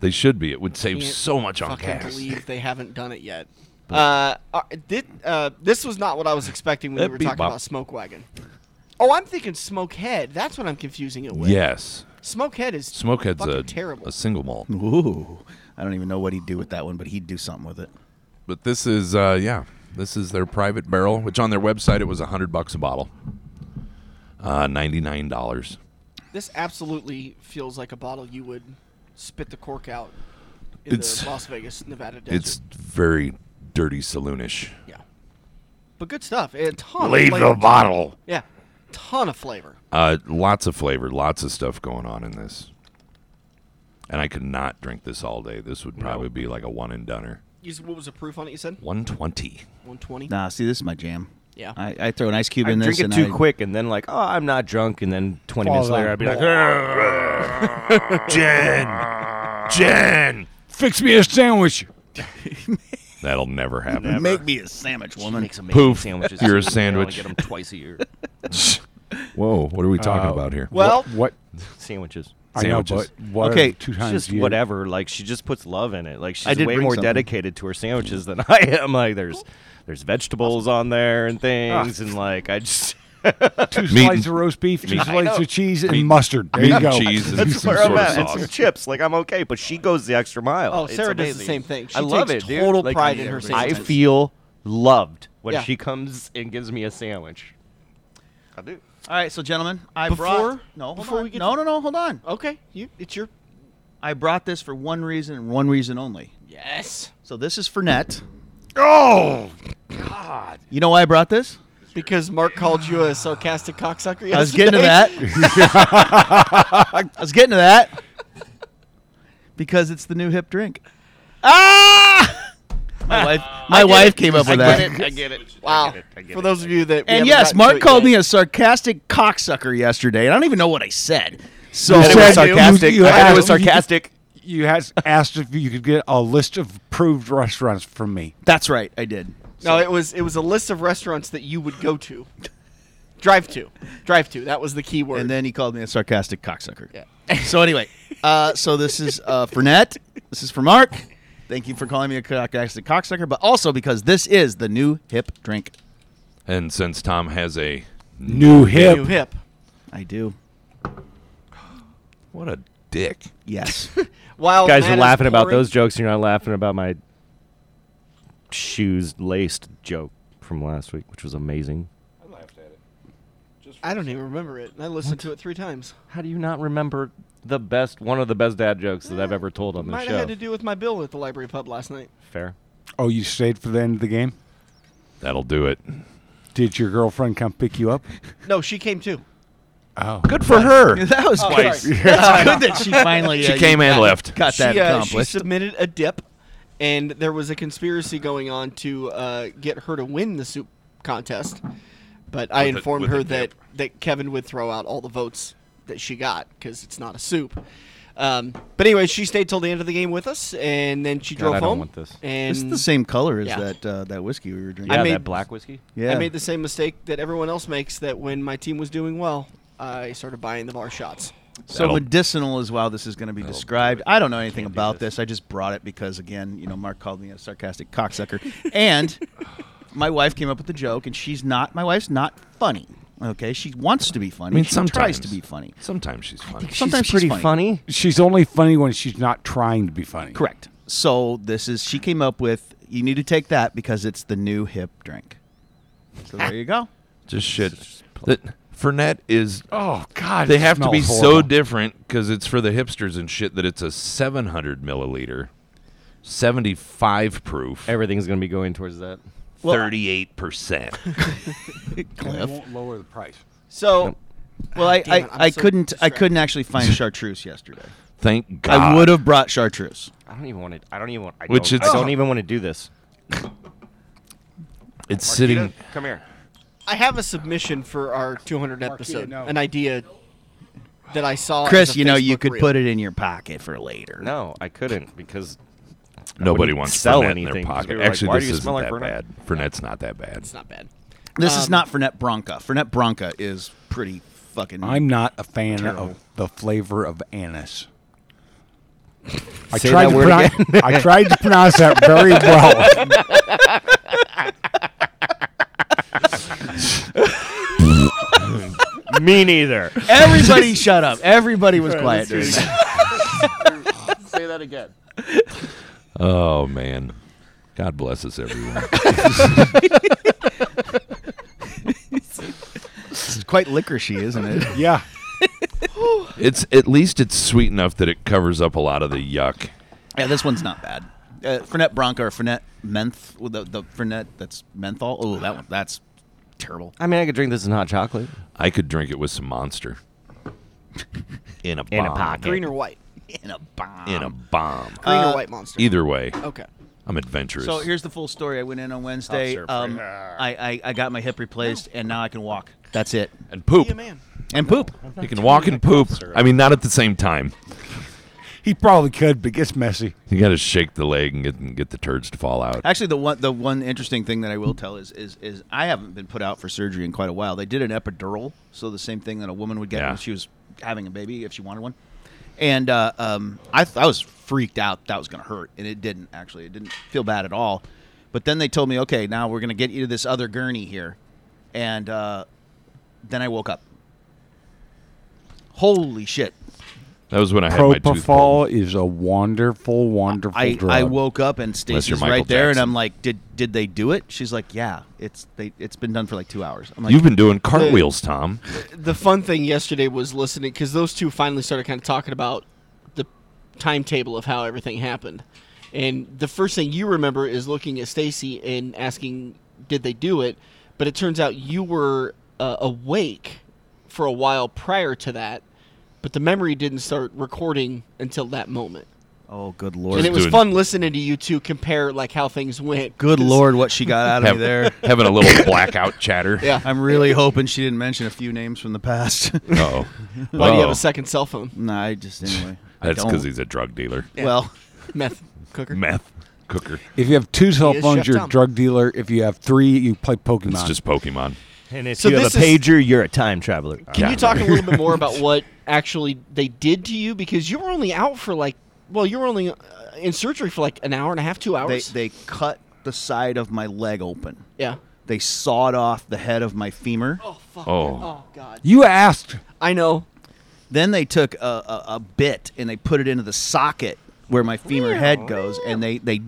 F: They should be. It would save
C: Can't
F: so much on
C: fucking
F: gas.
C: believe they haven't done it yet. Uh, uh, did, uh, this was not what I was expecting when we
F: That
C: were
F: beat
C: talking
F: bop.
C: about Smoke Wagon. Oh, I'm thinking Smokehead. That's what I'm confusing it with.
F: Yes,
C: Smokehead is
F: Smokehead's
C: fucking
F: a
C: terrible.
F: a single malt,
A: Ooh. I don't even know what he'd do with that one, but he'd do something with it.
F: but this is uh, yeah, this is their private barrel, which on their website it was a hundred bucks a bottle, uh, ninety nine dollars.
C: This absolutely feels like a bottle you would spit the cork out in
F: It's-
C: the Las Vegas, Nevada desert.
F: It's very dirty saloonish.
C: yeah, but good stuff. A ton. Leave the
F: bottle.
C: Yeah, ton of flavor.
F: Uh, lots of flavor, lots of stuff going on in this. And I could not drink this all day. This would probably be like a one and doneer.
C: You, s- what was the proof on it? You said
F: 120.
C: 120.
A: Nah, see, this is my jam.
C: Yeah.
A: I, I throw an ice cube
D: I
A: in this.
D: drink it
A: and
D: too
A: I-
D: quick, and then like, oh, I'm not drunk, and then 20 minutes
E: Fall
D: later,
E: out.
D: I'd be like, "Ugh."
F: Jen! Ah. Jen!
E: Fix me a sandwich.
F: That'll never happen.
A: Make me a sandwich, woman.
F: Poof,
B: sandwiches. You
F: you're a
B: only
F: sandwich.
B: Get them twice a year.
F: Whoa, what are we talking
E: Uh,
F: about here?
C: Well,
E: What?
D: sandwiches.
E: I know,
F: Sandwiches.
E: but what
A: Okay,
E: two
D: It's
E: times
D: just
E: a year?
D: whatever. Like she just puts love in it. Like she's
A: did
D: way
A: bring
D: more
A: something.
D: dedicated to her sandwiches than I am. Like there's there's vegetables on there and things, and like I just
E: Two
F: Meat
E: slices
F: and-
E: of roast beef, two
D: I
E: slices
D: know.
E: of cheese, and mustard. There you
F: and
E: go.
F: cheese and
D: that's
F: some
D: where I'm
F: sort of
D: at. And some
F: sauce.
D: chips. Like I'm okay, but she goes the extra mile.
C: oh,
D: It's
C: Sarah does the
D: amazing.
C: same thing. She
D: I love
C: takes
D: it, dude.
C: total
D: Like,
C: pride in her
D: I
C: sandwiches.
D: feel loved when
C: Yeah.
D: she comes and gives me a sandwich. I do.
A: All right, so gentlemen, I
C: Before-
A: brought no, hold
C: before
A: on.
C: we get
A: no,
C: to-
A: no, no, hold on.
C: Okay, you. It's your
A: I brought this for one reason and one reason only.
C: yes
A: So this is for net. Oh God! You know why I brought this?
C: because Mark called you a sarcastic cocksucker. Yesterday.
A: I was getting to that. I was getting to that because it's the new hip drink. Ah! My wife, my wife came up with that.
D: I get it.
C: Wow. For those of you that we
A: And
C: haven't
A: yes,
C: gotten to
A: Mark
C: it
A: called
C: yet.
A: me a sarcastic cocksucker yesterday, and I don't even know what I said. So
E: You
D: it was
E: said-
D: sarcastic.
E: you- you
D: I thought it was
E: asked- you-
D: sarcastic.
E: You had asked if you could get a list of approved restaurants from me.
A: that's right, I did.
C: No, it was it was a list of restaurants that you would go to, drive to, drive to. That was the key word.
A: And then he called me a sarcastic cocksucker. so anyway, uh, so this is uh, for Net. This is for Mark. Thank you for calling me a sarcastic cocksucker, but also because this is the new hip drink.
F: And since Tom has a.
E: New hip.
C: new hip.
A: I do.
F: What a dick.
A: Yes.
C: While
D: guys are
C: Matt Oh, is
D: laughing about
C: pouring-
D: those jokes. You're not laughing about my shoes laced joke from last week, which was amazing.
C: I don't even remember it. and I listened to it three times.
D: How do you not remember the best one of the best dad jokes that I've ever told on the
C: Eh, Might
D: show?
C: have had to do with my bill at the library pub last night.
D: Fair.
E: Oh, you stayed for the end of the game?
F: That'll do it.
E: Did your girlfriend come pick you up?
C: No, she came too.
E: Oh.
F: Good for her.
A: that was
C: Oh,
A: quick.
C: sorry.
A: That's good that she finally
F: She
A: uh,
F: came
A: you
F: and
A: got-
F: left.
A: Got that
C: she, uh, she
A: accomplished.
C: submitted a dip, and there was a conspiracy going on to uh, get her to win the soup contest. But I
F: With a-
C: informed
F: with a
C: her that,
F: dip.
C: that Kevin would throw out all the votes that she got because it's not a soup. Um, but anyway, she stayed till the end of the game with us, and then she
D: God,
C: drove
D: I don't
C: home.
D: want this.
C: And
A: This is the same color as
C: Yeah.
A: that uh, that whiskey we were drinking.
D: Yeah,
C: made-
D: that black whiskey.
A: yeah.
C: I made the same mistake that everyone else makes. That when my team was doing well, I started buying the bar shots.
A: so
F: That'll-
A: medicinal is how this is going to be
F: Oh,
A: described. I don't know anything about this. I just brought it because again, you know, Mark called me a sarcastic cocksucker, and my wife came up with the joke, and she's not. My wife's not funny. Okay, she wants to be funny.
F: I mean,
A: she tries
F: sometimes.
A: to be funny.
F: Sometimes she's funny.
A: Sometimes she's
D: pretty
A: funny.
D: funny.
E: She's only funny when she's not trying to be funny.
A: Correct. So this is she came up with. You need to take that because it's the new hip drink. So there you go.
F: Just shit. That, Fernet is
E: Oh, God.
F: They
E: it
F: have to be
E: smells
F: so
E: horrible.
F: different because it's for the hipsters and shit that it's a 700 milliliter, 75 proof,
D: Everything's gonna be going towards that.
F: 38%.
E: They won't lower the price.
C: So
A: Well, I,
C: Ah, Damn
A: I,
C: it, I'm
A: I
C: so
A: couldn't I
C: distracted.
A: couldn't actually find chartreuse yesterday.
F: Thank God.
A: I would have brought chartreuse.
C: Oh,
D: I don't even want to. I don't even want. I
F: Which
D: don't, I
F: it's-
D: don't even want to do this.
F: It's sitting.
D: Marquita, Come here.
C: I have a submission for our 200 episode.
E: no.
C: An idea that I saw.
A: Chris,
C: as a
A: you know you
C: Facebook
A: could
C: reel.
A: put it in your pocket for later.
D: No, I couldn't because
F: Nobody
D: wouldn't
F: wants
D: sell
F: Fernet in
D: anything,
F: their
D: 'cause
F: pocket.
D: we were like,
F: Actually,
D: why do
F: this
D: you
F: isn't
D: smell
F: that
D: like
F: bad. Fernet's not that bad.
C: It's not bad.
A: This is
C: Um,
A: not Fernet Branca. Fernet Branca is pretty fucking.
E: I'm not a fan
A: Terrible.
E: of the flavor of anise. I
D: Say
E: tried
D: that
E: to
D: word
E: pronounce, I tried to pronounce that very well.
D: me neither.
A: Everybody, shut up! Everybody was quiet during that.
D: Say that again.
F: Oh, man. God bless us, everyone.
A: It's quite licoricey, isn't it?
E: Yeah.
F: it's At least it's sweet enough that it covers up a lot of the yuck.
A: yeah, this one's not bad. Uh, Fernet Branca or Fernet Menth, well, the, the Fernet that's menthol. Oh, that one. That's terrible.
D: I mean, I could drink this in hot chocolate.
F: I could drink it with some monster. In a bomb.
D: In a pocket.
C: Green or white?
A: In a bomb.
F: In a bomb.
C: Green
A: Uh,
C: or white monster?
F: Either way,
C: Okay.
F: I'm adventurous.
A: Oh. So here's the full story. I went in on Wednesday.
D: syrup,
A: Um, I, I I got my hip replaced, and now I can walk. That's it.
F: and poop.
C: Be a man.
A: And poop.
F: You can walk and poop. I mean, not at the same time.
E: He probably could, but it gets messy.
F: You got to shake the leg and get, and get the turds to fall out.
A: Actually, the one the one interesting thing that I will tell is is is I haven't been put out for surgery in quite a while. They did an epidural, so the same thing that a woman would get
F: Yeah.
A: when she was having a baby if she wanted one. And uh, um, I th- I was freaked out that was going to hurt, and it didn't actually. It didn't feel bad at all. But then they told me, okay, now we're going to get you to this other gurney here, and uh, then I woke up. Holy shit!
F: That was when I had my tooth pulled.
E: Propofol is a wonderful, wonderful
A: I,
E: drug.
A: I woke up and
F: you're
A: Stacy's
F: Michael
A: right there, and
F: Jackson.
A: I'm like, "Did did they do it?" She's like, "Yeah, it's they it's been done for like two hours." I'm like,
F: You've been doing cartwheels, Tom.
C: The fun thing yesterday was listening because those two finally started kind of talking about the timetable of how everything happened, and the first thing you remember is looking at Stacy and asking, "Did they do it?" But it turns out you were uh, awake for a while prior to that, but the memory didn't start recording until that moment.
A: "Oh, good
C: And
A: lord,
C: it was
F: doing-
C: fun listening to you two compare like how things went.
A: good
C: 'cause-
A: lord, what she got out of
F: Have-
A: me there."
F: Having a little blackout chatter.
C: Yeah.
A: I'm really hoping she didn't mention a few names from the past.
F: Oh,
C: Why do you have a second cell phone?
A: nah, I just anyway. I
F: that's
A: don't.
F: because he's a drug dealer,
A: well.
C: Meth cooker.
F: meth cooker.
E: If you have two cell
C: He is
E: phones,
C: Chef
E: you're a
C: Tom.
E: drug dealer. If you have three, you play Pokemon.
F: It's just Pokemon.
H: And if
C: So
H: you have
C: this
H: a
C: is-
H: pager, you're a time traveler.
C: Can you talk a little bit more about what actually they did to you? Because you were only out for like, well, you were only uh, in surgery for like an hour and a half, two
A: They
C: hours.
A: they cut the side of my leg open.
C: yeah.
A: They sawed off the head of my femur.
C: Oh fuck.
F: Oh.
C: god.
E: you asked.
C: I know.
A: Then they took a, a, a bit and they put it into the socket where my femur head goes, and they they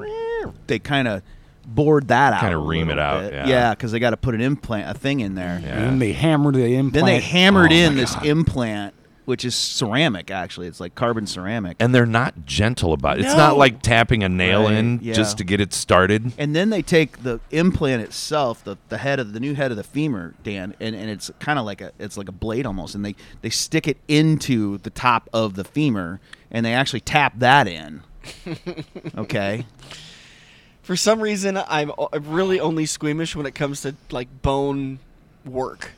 A: they kind of bored that out.
F: Kinda
A: a
F: ream
A: little
F: it out,
A: bit.
F: yeah.
A: because they got to put an implant, a thing in there.
F: Yeah.
E: And then they hammered the implant.
A: Then they hammered
F: Oh,
A: in
F: my
A: this
F: God.
A: implant, which is ceramic. Actually, it's like carbon ceramic.
F: And they're not gentle about it. It's not like tapping a nail
A: Right,
F: in
A: yeah.
F: just to get it started.
A: And then they take the implant itself, the, the head of the new head of the femur, Dan, and, and it's kind of like a it's like a blade almost, and they they stick it into the top of the femur, and they actually tap that in. okay,
C: For some reason, I'm, o- I'm really only squeamish when it comes to like bone work,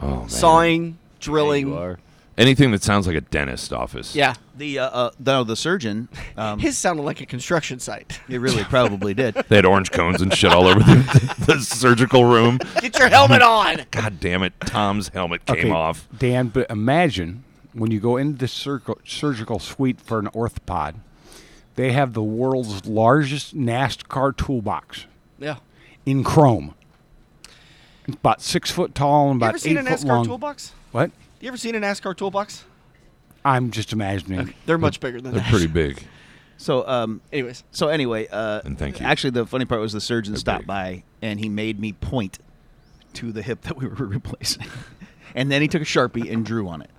F: Oh, man.
C: sawing, drilling.
F: Anything that sounds like a dentist office.
C: Yeah.
A: the uh, uh the, the surgeon, um,
C: His sounded like a construction site.
A: it really probably did.
F: They had orange cones and shit all over the, the surgical room.
C: Get your helmet on.
F: God damn it. Tom's helmet came
E: okay,
F: off.
E: Dan, but imagine when you go into the circle, surgical suite for an orthopod, they have the world's largest NASCAR toolbox
C: Yeah.
E: in chrome. It's about six foot tall and
C: You
E: about
C: ever seen
E: eight
C: an
E: foot
C: NASCAR
E: long.
C: toolbox?
E: What?
C: You ever seen an NASCAR toolbox?
E: I'm just imagining.
C: They're much bigger than
F: They're
C: that.
F: pretty big.
A: So um,
C: Anyways.
A: So anyway, uh,
F: And thank you.
A: Actually, the funny part was the surgeon stopped
F: big.
A: by and he made me point to the hip that we were replacing, and then he took a sharpie and drew on it.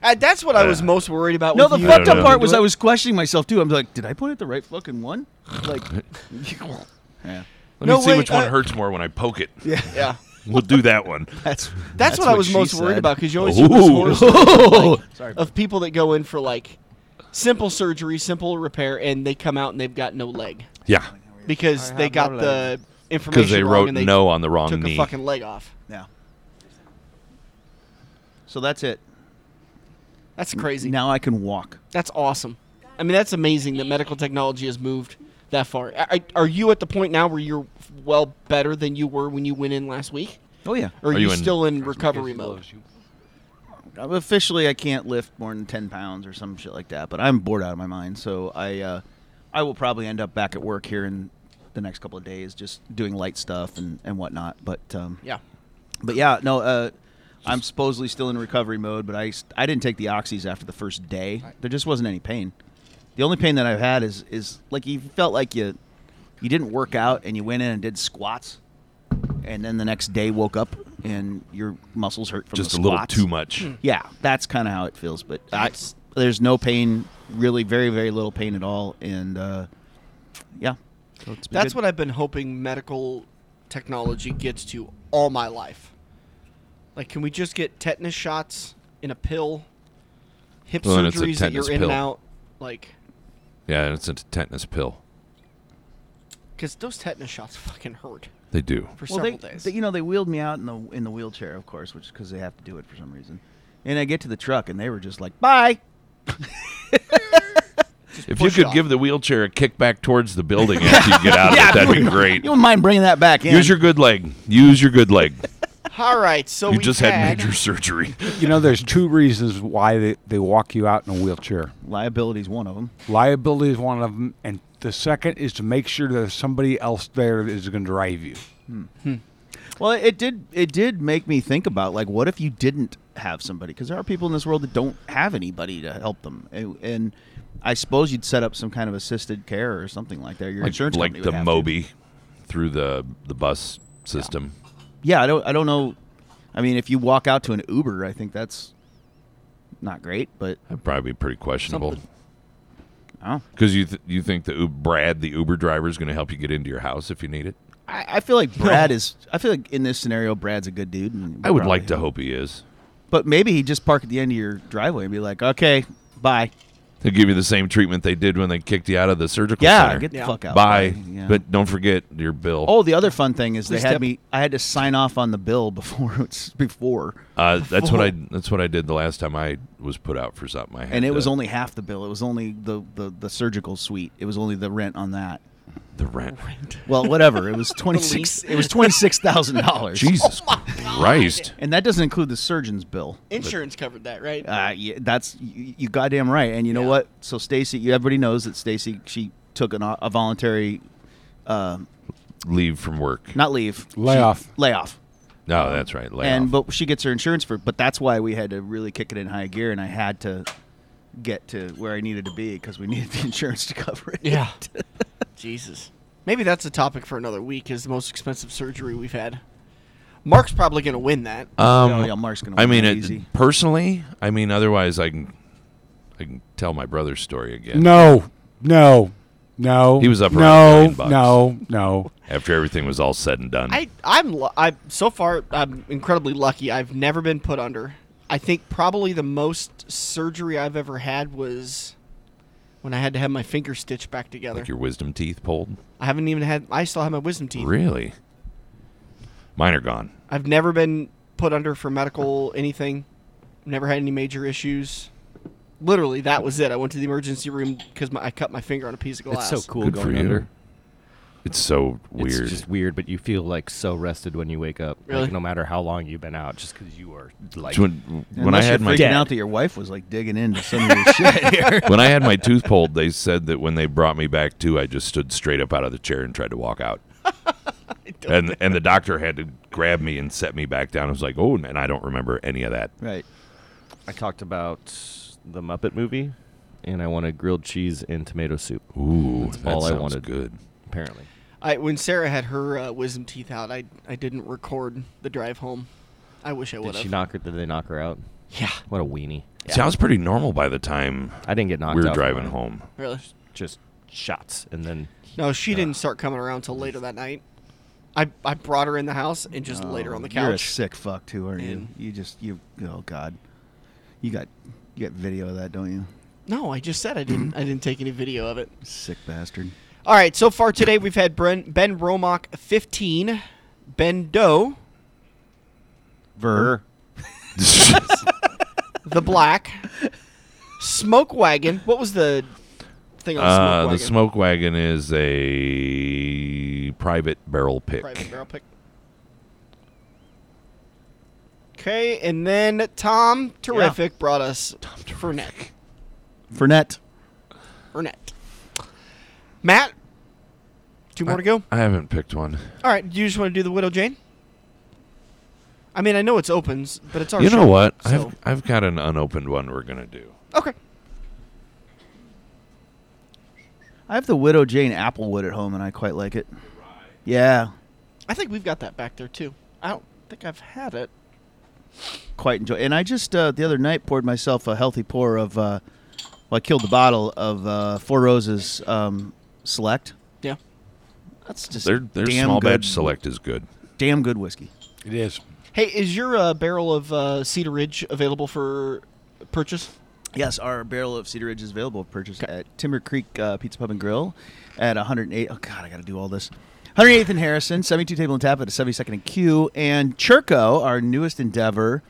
C: Uh, that's what I was most worried about.
A: No,
C: with
A: the
C: you.
A: fucked
F: don't
A: up
F: know.
A: part was I was questioning myself too. I'm like, did I point at the right fucking one? Like, yeah,
F: Let
C: No,
F: me see
C: wait,
F: which one
C: uh,
F: hurts more when I poke it.
C: Yeah.
F: We'll do that one.
A: that's
C: That's, what, I was
A: she
C: most worried
A: said.
C: about because you always hear this horror story, like, of people that go in for like simple surgery, simple repair, and they come out and they've got no leg
F: Yeah.
C: because they got the information
F: Because they
C: wrong
F: wrote
C: and they
F: no on the wrong
C: took
F: knee.
C: a fucking leg off.
A: Yeah. So that's it.
C: That's crazy.
A: Now I can walk.
C: That's awesome. I mean, that's amazing that medical technology has moved that far. I, I- are you at the point now where you're well better than you were when you went in last week,
A: Oh yeah.
C: or are,
F: Are
C: you,
F: you in-
C: still in recovery mode?
A: uh, officially I can't lift more than ten pounds or some shit like that. But I'm bored out of my mind, so I uh, I will probably end up back at work here in the next couple of days, just doing light stuff and, and whatnot. But um,
C: Yeah.
A: but yeah, no, uh, I'm supposedly still in recovery mode, but I st- I didn't take the oxys after the first day. There just wasn't any pain. The only pain that I've had is is like you felt like you you didn't work out and you went in and did squats. And then the next day, woke up and your muscles hurt from
F: Just
A: the
F: a little
A: squats.
F: too much.
C: Hmm.
A: Yeah, that's kind of how it feels. But I,
C: That's-
A: there's no pain, really, very, very little pain at all. And uh, yeah, so it's been
C: That's
A: good.
C: what I've been hoping medical technology gets to all my life. Like, can we just get tetanus shots in a pill? Hip
F: Well, then it's a
C: surgeries that you're
F: tetanus
C: in
F: pill.
C: and out, like,
F: Yeah, it's a tetanus pill.
C: because those tetanus shots fucking hurt
F: They do.
C: for
A: Well, they,
C: several days.
A: they- you know, they wheeled me out in the in the wheelchair, of course, which because they have to do it for some reason. And I get to the truck, and they were just like, "Bye."
F: If you
C: push
F: could
C: off.
F: give the wheelchair a kick back towards the building after you get out of it, that'd be great.
A: You wouldn't mind bringing that back in?
F: Use your good leg. Use your good leg.
C: all right, so
F: You
C: we
F: just
C: had,
F: had major surgery.
E: You know, there's two reasons why they, they walk you out in a wheelchair.
A: liability's one of them.
E: Liability is one of them, and the second is to make sure there's somebody else there that is going to drive you.
A: Well, it did it did make me think about like, what if you didn't have somebody? Because there are people in this world that don't have anybody to help them, and, and I suppose you'd set up some kind of assisted care or something like that. Your
F: Like,
A: insurance
F: like
A: company
F: the
A: would have to.
F: Moby through the, the bus system.
A: Yeah, I don't I don't know. I mean, if you walk out to an Uber, I think that's not great, but
F: That'd probably be pretty questionable.
A: I, don't know.
F: Because you th- you think the Ub- Brad, the Uber driver, is going to help you get into your house if you need it?
A: I, I feel like Brad is. I feel like in this scenario, Brad's a good dude. And
F: I would
A: probably-
F: like to hope he is.
A: but maybe he just park at the end of your driveway and be like, "Okay, bye."
F: They'll give you the same treatment they did when they kicked you out of the surgical
A: Yeah,
F: center.
A: get the
C: Yeah.
A: fuck out.
F: Bye.
A: Yeah.
F: But don't forget your bill.
A: Oh, the other fun thing is they
C: Please
A: had
C: tip.
A: me. I had to sign off on the bill before it's before,
F: Uh, that's what I that's what I did the last time I was put out for something. I had
A: and it was
F: to-
A: only half the bill. It was only the, the the surgical suite. It was only the rent on that.
F: the
A: Oh
F: rent.
A: Well, whatever. it was twenty six. It was twenty six thousand dollars,
F: Jesus Christ!
A: and that doesn't include the surgeon's bill.
C: insurance covered that, right?
F: Ah,
A: Uh, yeah, that's you, you goddamn right. And you know
C: Yeah.
A: what? So Stacy, you everybody knows that Stacy she took an, o- a voluntary uh,
F: Leave from work.
A: not leave she-
E: Layoff.
A: layoff.
F: No, that's right. Lay
A: and
F: off.
A: but she gets her insurance for but that's why we had to really kick it in high gear and i had to get to where i needed to be because we needed the insurance to cover it
C: Yeah. Jesus. Maybe that's a topic for another week. Is the most expensive surgery we've had. Mark's probably gonna win that.
A: Oh, yeah,
F: um,
A: Mark's gonna
F: I
A: win
F: mean,
A: that
F: it,
A: easy.
F: personally, I mean, otherwise, I can I can tell my brother's story again.
E: No, no, no.
F: He was up around a
E: No,
F: million bucks.
E: no, no.
F: After everything was all said and done,
C: I I'm lu- I so far I'm incredibly lucky. I've never been put under. I think probably the most surgery I've ever had was when I had to have my finger stitched back together.
F: like your wisdom teeth pulled.
C: I haven't even had. I still have my wisdom teeth.
F: Really? Mine are gone.
C: I've never been put under for medical anything. Never had any major issues. Literally, that was it. I went to the emergency room because I cut my finger on a piece of
D: It's
C: glass.
D: so cool
F: Good
D: going
F: for you.
D: under.
F: It's so weird.
D: It's just weird, but you feel like so rested when you wake up.
C: Really?
D: Like, no matter how long you've been out, just because you are like.
F: It's when when I
A: Unless
F: had
A: you're
F: my
A: freaking out that your wife was like digging into some of your shit here
F: when I had my tooth pulled, they said that when they brought me back to, I just stood straight up out of the chair and tried to walk out. and and the doctor had to grab me and set me back down. I was like, oh, and I don't remember any of that.
A: right
D: I talked about the Muppet movie, and I wanted grilled cheese and tomato soup.
F: Ooh,
D: That's
F: that
D: all I
F: sounds
D: wanted.
F: Good.
D: Apparently,
C: I, when Sarah had her uh, wisdom teeth out, I I didn't record the drive home. I wish I would
D: did
C: have.
D: she knock her? Did they knock her out?
C: Yeah,
D: What a weenie!
F: Sounds pretty normal by the time
D: I didn't get knocked
F: we
D: out.
F: were
D: for
F: driving
D: mine.
F: home.
C: really.
D: Just shots, and then
C: No, she didn't start coming around till later that night. I I brought her in the house and just laid her on the
A: Oh, you're a
C: couch.
A: sick fuck too aren't you
C: And-
A: you just you oh god you got you got video of that don't you
C: No, I just said I didn't. I didn't take any video of it.
A: sick bastard
C: All right, so far today we've had Bren, Ben Romock 15, Ben Doe,
A: ver
C: the Black, Smoke Wagon. What was the thing on
F: Uh,
C: Smoke Wagon?
F: the smoke wagon is a private barrel pick.
C: Private barrel pick. Okay, and then Tom Terrific brought us Fernet.
A: Fernet.
C: Fernet. Matt, two more to go.
F: I haven't picked one.
C: All right, do you just want to do the Widow Jane? I mean, I know it's opens, but it's our
F: you know
C: show,
F: what?
C: Oh, so-
F: I've I've got an unopened one we're gonna do.
C: Okay.
A: I have the Widow Jane Applewood at home, and I quite like it. Yeah,
C: I think we've got that back there too. I don't think I've had it.
A: quite enjoy. And I just uh, the other night poured myself a healthy pour of. Uh, well, I killed the bottle of uh, Four Roses um, Select.
C: Yeah.
A: That's just
F: Their their
A: damn
F: small
A: good,
F: batch select is good.
A: Damn good whiskey.
E: It is.
C: Hey, is your uh, barrel of uh, Cedar Ridge available for purchase?
A: Yes, our barrel of Cedar Ridge is available for purchase at Timber Creek uh, Pizza Pub and Grill at 108. Oh, God, I got to do all this. 108th and Harrison, 72 Table and Tap at 72nd and Q, and Churco, our newest endeavor,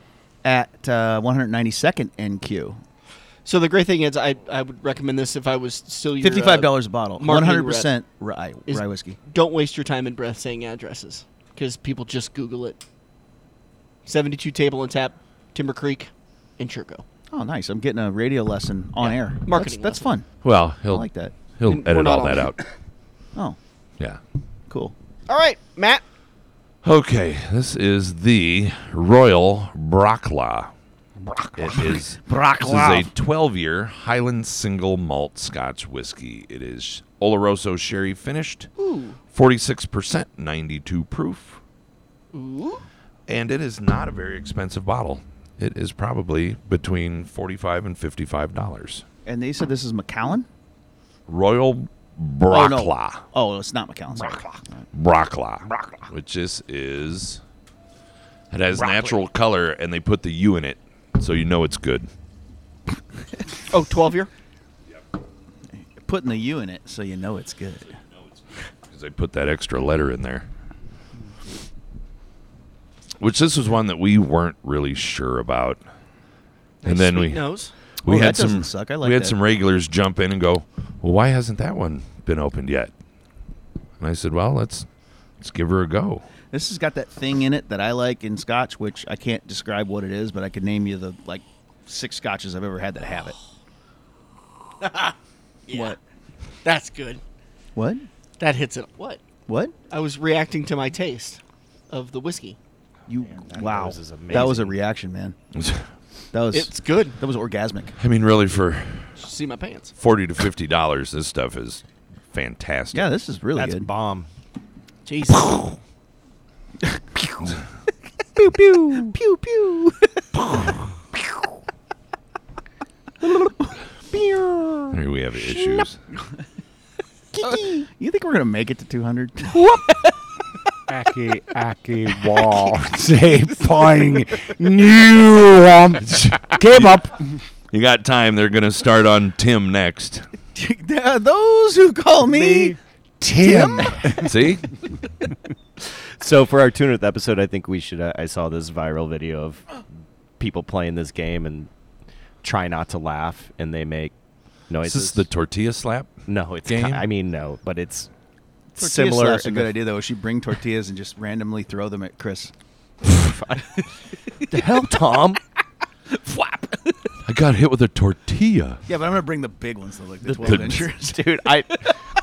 A: at uh, 192nd and Q.
C: uh, So the great thing is, I, I would recommend this if I was still your uh,
A: $55 a bottle,
C: marketing rep
A: 100% rye,
C: is-
A: rye whiskey.
C: Don't waste your time and breath saying addresses because people just Google it. Seventy-two table and tap, Timber Creek, and Churco.
A: Oh, nice. I'm getting a radio lesson on air. That's-
C: marketing
A: That's,
C: lesson.
A: fun.
F: Well, he'll
A: I like that.
F: he'll
C: And we're
F: edit
C: not
F: all
C: on
F: that
C: it.
F: out.
A: Oh,
F: Yeah.
A: cool.
C: All right, Matt.
F: Okay, this is the Royal Brockla. It is This is a 12 year Highland single malt Scotch whiskey. It is Oloroso sherry finished, 46%, 92 proof. And it is not a very expensive bottle. It is probably between 45 and $55.
A: And they said this is McAllen?
F: Royal
A: Oh,
F: Brockla.
A: no. Oh, it's not McAllen. Sorry.
F: Brockla, which this is. It has natural color, and they put the U in it, so you know it's good.
C: Oh, 12 year.
A: Putting the U in it so you know it's good.
F: because they put that extra letter in there. Which this was one that we weren't really sure about, and then we
C: knows.
F: we
A: Oh,
F: had
A: that doesn't
F: some
A: suck. I like
F: we had
A: that.
F: some regulars jump in and go, well, why hasn't that one been opened yet? And I said, well, let's let's give her a go.
A: This has got that thing in it that I like in Scotch, which I can't describe what it is, but I could name you the like six Scotches I've ever had that have it.
C: What? That's good.
A: What?
C: That hits it. What?
A: What?
C: I was reacting to my taste of the whiskey.
A: You
H: that
A: wow!
H: nose is
A: That was a
H: amazing.
A: reaction, man. That was
C: It's good.
A: that was orgasmic.
F: I mean, really, for
C: See my pants.
F: forty to fifty dollars, this stuff is fantastic.
A: Yeah, this is really
H: That's
A: good.
H: bomb.
C: Jesus.
A: Pew pew pew pew.
F: Here we have issues.
A: You think we're gonna make it to two hundred?
E: Aki Aki Wall. Say pawing new um, came up.
F: You got time? They're gonna start on Tim next.
A: Uh, Those who call me, Tim.
E: Oh,
F: See,
H: So for our 200th episode, I think we should. Uh, I saw this viral video of people playing this game and try not to laugh, and they make
F: Is
H: noises.
F: this the tortilla slap?
H: no, it's. ki-
F: game?
H: I mean, no, but it's
A: Tortilla
H: similar.
A: slap's a
H: in
A: good
H: the-
A: idea though. Is she bring tortillas and just randomly throw them at Chris?
H: the hell, Tom?
F: I got hit with a tortilla.
A: Yeah, but I'm gonna bring the big ones though, like the
F: the-
A: twelve inchers.
H: dude i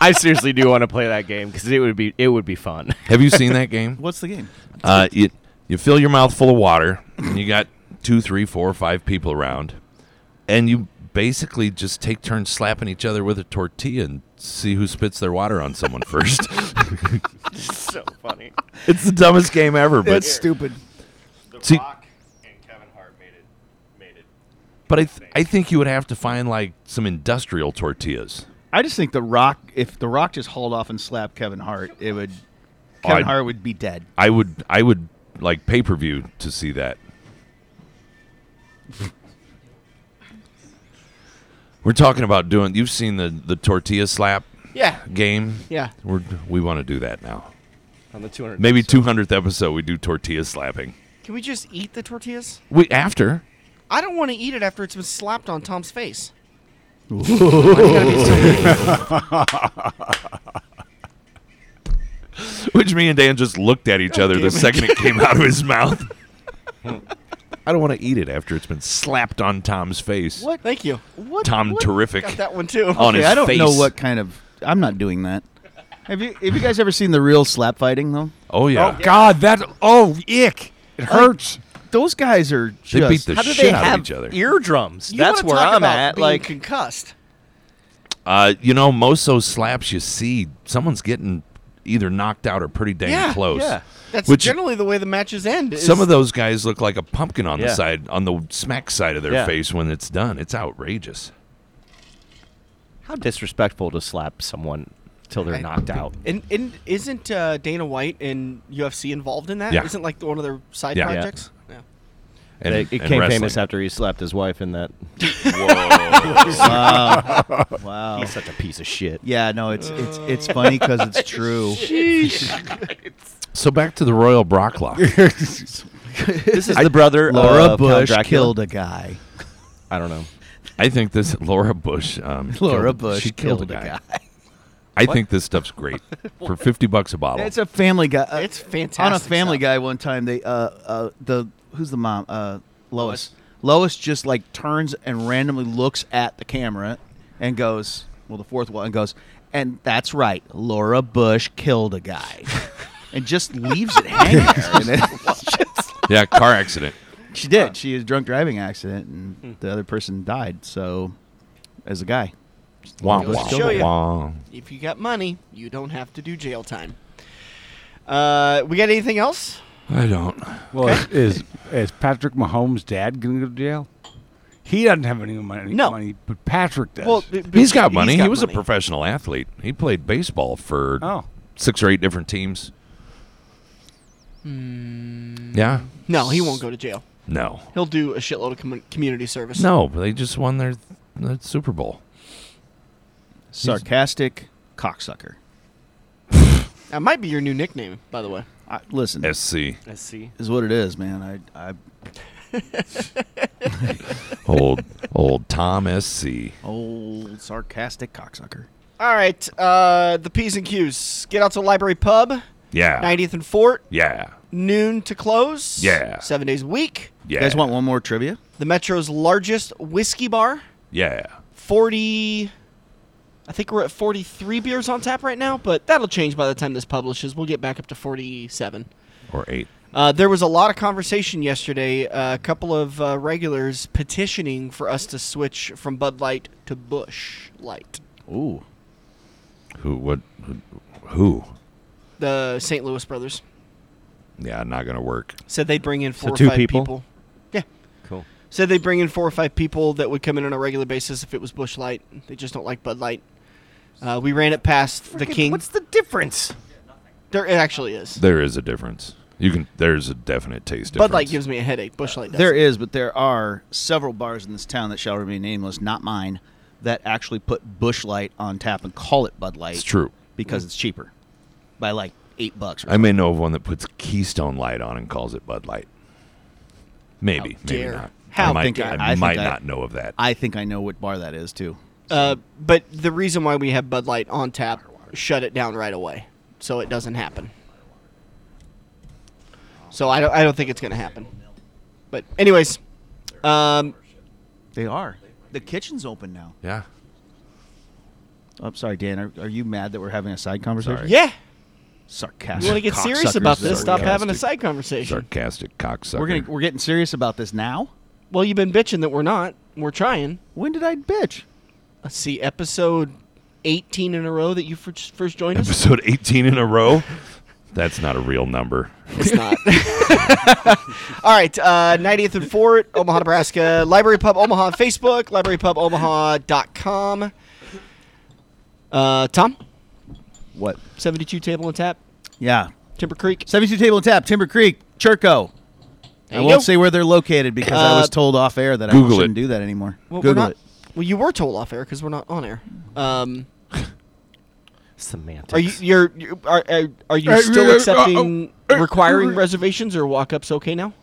H: i seriously do want to play that game because it would be it would be fun
F: Have you seen that game?
A: What's the game?
F: Uh, you, you fill your mouth full of water, and you got two, three, four, five people around, and you basically just take turns slapping each other with a tortilla and see who spits their water on someone first.
H: so funny
F: it's the dumbest game ever, but
A: stupid.
H: the
F: See-
H: rock and kevin hart made it made it
F: but I, th- I think you would have to find like some industrial tortillas.
A: I just think the Rock. If the Rock just hauled off and slapped Kevin Hart, it would. Kevin
F: I'd-
A: Hart would be dead.
F: I would I would like pay per view to see that. We're talking about doing. You've seen the the tortilla slap
C: yeah.
F: game.
C: Yeah.
F: We're, we want to do that now.
H: on the 200
F: Maybe two hundredth episode, we do tortilla slapping.
C: Can we just eat the tortillas?
F: We after
C: I don't want to eat it after it's been slapped on Tom's face.
F: which me and Dan just looked at each other the second it came out of his mouth. I don't want to eat it after it's been slapped on Tom's face.
A: What?
C: Thank you.
A: What?
F: Tom
A: what?
F: terrific
C: Got that one too.
H: Oh,
F: on
A: Okay,
F: his
A: I don't
F: face.
A: know what kind of. I'm not doing that. Have you? Have you guys ever seen the real slap fighting though?
F: Oh yeah.
E: Oh God, that oh ick. It hurts.
A: Those guys are
F: They
A: just.
F: beat the
H: how do they
F: shit out
H: have
F: of each other.
H: eardrums
C: You
H: that's
C: wanna
H: where
C: talk
H: i'm
C: about
H: at
C: being
H: like
C: concussed.
F: Uh, you know, most those slaps you see, someone's getting either knocked out or pretty dang
C: Yeah,
F: close.
H: yeah.
C: That's
F: Which-
C: generally the way the matches end. is-
F: Some of those guys look like a pumpkin on the
H: Yeah.
F: side, on the smack side of their
H: Yeah.
F: face when it's done. It's outrageous.
H: how disrespectful to slap someone till they're
C: I
H: knocked
C: think-
H: out.
C: And, and isn't uh, Dana White and UFC involved in that?
F: Yeah.
C: not like one of their side
F: Yeah. Yeah.
C: projects? Yeah.
F: And,
H: They- it
F: and
H: came
F: wrestling.
H: famous after he slapped his wife in that.
A: Wow. wow.
H: He's such a piece of shit.
A: Yeah, no, it's it's it's funny because it's true.
F: So back to the Royal Brock lock.
H: This is the brother
A: Laura
H: of Count
A: Bush
H: Dracula.
A: killed a guy.
H: I don't know.
F: I think this Laura Bush. Um,
A: Laura
F: killed-
A: Bush
F: she killed, a guy. I think this stuff's great for fifty bucks a bottle.
A: It's a Family Guy. uh,
C: It's fantastic.
A: on a Family
C: stuff.
A: Guy one time, they uh uh the who's the mom uh Lois. Lois just like turns and randomly looks at the camera and goes, well, the fourth one and goes, and that's right, Laura Bush killed a guy, and just leaves it hanging. there. And then-
F: yeah, car accident.
A: she did. She had a drunk driving accident,
C: Hmm.
A: and the other person died. So, as a guy,
F: Wah,
C: Goes to
F: wah,
C: show you.
F: wah.
C: If you got money, you don't have to do jail time. Uh, we got anything else?
F: I don't.
E: Well, is, is is Patrick Mahomes' dad going to go to jail? He doesn't have any money.
C: No.
E: money, but Patrick does.
F: He's got money. he was
C: money.
F: a professional athlete. He played baseball for
E: oh,
F: six or eight different teams.
A: Hmm.
F: Yeah.
C: No, he won't go to jail.
F: No.
C: He'll do a shitload of com- community service.
F: No, but they just won their, their Super Bowl.
A: sarcastic cocksucker.
C: That might be your new nickname, by the way.
A: I, listen,
F: SC.
H: Let's see.
A: is what it is, man. I, I
F: Old old Tom SC.
A: old sarcastic cocksucker.
C: All right, uh, the P's and Q's. Get out to the library pub,
F: Yeah.
C: 90th and Fort,
F: Yeah.
C: noon to close.
F: Yeah.
C: Seven days a week.
A: You
F: Yeah.
A: guys want one more trivia?
C: The Metro's largest whiskey bar.
F: Yeah.
C: 40. I think we're at 43 beers on tap right now, but that'll change by the time this publishes. We'll get back up to 47.
F: Or eight.
C: Uh, there was a lot of conversation yesterday. Uh, a couple of uh, regulars petitioning for us to switch from Bud Light to Bush Light,
A: Ooh.
F: Who? What? Who? who?
C: the St. Louis brothers.
F: Yeah, not gonna work.
C: Said they'd bring in four or
H: two
C: five
H: people?
C: Yeah.
H: Cool.
C: Said they'd bring in four or five people that would come in on a regular basis if it was Bush Light. They just don't like Bud Light. Uh, we ran it past the King.
H: What's the difference?
C: there it actually is.
F: There is a difference. You can. There's a definite taste difference.
C: Bud Light gives me a headache. Bush Light doesn't.
A: There is, but there are several bars in this town that shall remain nameless, not mine, that actually put Bush Light on tap and call it Bud Light.
F: It's true.
A: Because it's cheaper by like eight bucks or
F: I may know of one that puts Keystone Light on and calls it Bud Light. Maybe. maybe
C: How dare.
F: not.
C: How
F: I might,
A: think I- I
F: I,
A: think
F: might
A: I-
F: not know of that.
A: I think I know what bar that is too.
C: Uh, but the reason why we have Bud Light on tap, shut it down right away, so it doesn't happen. So I don't, I don't think it's going to happen. But anyways, um,
A: They are. The kitchen's open now.
F: yeah.
A: Oh, I'm sorry, Dan. Are, are you mad that we're having a side conversation?
F: Sorry.
C: yeah,
A: Sarcastic.
C: you want to get serious about
A: cocksuckers.
C: this? Stop having a
F: Sarcastic.
C: side conversation.
F: Sarcastic cocksucker.
A: We're gonna, we're getting serious about this now.
C: Well, you've been bitching that we're not. We're trying.
A: When did I bitch?
C: Let's see, episode 18 in a row that you first, first joined us.
F: episode 18 in a row. That's not a real number.
C: It's not. All right, uh, 90th and Fort, Omaha, Nebraska. Library Pub Omaha on Facebook, librarypubomaha.com. Uh, Tom,
A: What?
C: 72 Table and Tap,
A: Yeah.
C: Timber Creek.
A: 72 Table and Tap, Timber Creek, Churco. I
C: you
A: won't
C: go.
A: say where they're located because I
C: Uh,
A: was told off air that I
F: Google
A: shouldn't
F: it.
A: do that anymore.
C: Well, we're
A: Google
C: not-
A: it.
C: Well, you were told off air because we're not on air. Um,
H: Semantics.
C: are you you're, you are, are, are you still accepting requiring reservations or walk ups okay now?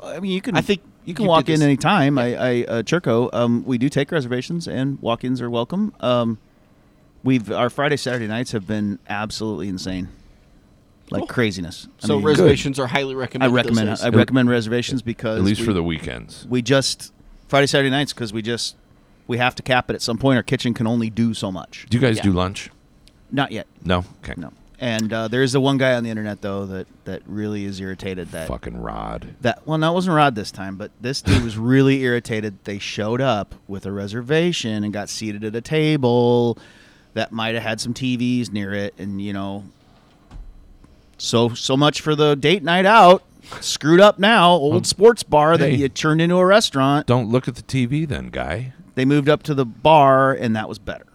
A: I mean, you can.
C: I think
A: you can
C: you
A: walk
C: did
A: in
C: this-
A: any time. I, I uh, Churco. Um, we do take reservations, and walk-ins are welcome. Um, we've our Friday Saturday nights have been absolutely insane, like
C: Cool.
A: craziness. I
C: So
A: mean,
C: reservations are highly
A: I
C: recommended. those
A: recommend.
C: days.
A: I recommend reservations because
F: At least
A: we,
F: for the weekends.
A: we just Friday Saturday nights because we just we have to cap it at some point. Our kitchen can only do so much.
F: Do you guys
C: Yeah.
F: do lunch?
A: Not yet.
F: No. Okay.
A: No. And uh, there is the one guy on the internet though that that really is irritated that
F: Fucking Rod.
A: that well, that wasn't Rod this time, but this dude was really irritated. They showed up with a reservation and got seated at a table that might have had some TVs near it, and you know, so so much for the date night out. Screwed up now, old sports bar that
F: Um, hey.
A: you turned into a restaurant.
F: Don't look at the TV then, guy.
A: They moved up to the bar, and that was better.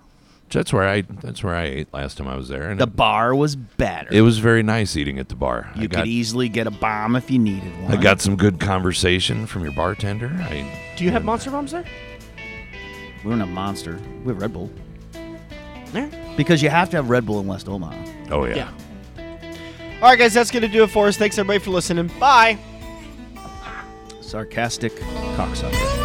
F: That's where I. That's where I ate last time I was there, and
A: The
F: it,
A: bar was better.
F: it was very nice eating at the bar. I
A: you
F: got,
A: could easily get a bomb if you needed one.
F: I got some good conversation from your bartender. I
C: Do you have monster bombs there?
A: We weren't a monster. We have Red Bull.
C: There.
A: Because you have to have Red Bull in West Omaha.
F: oh yeah.
C: Yeah. All right, guys, that's gonna do it for us. Thanks everybody for listening. Bye.
A: Sarcastic cocksucker.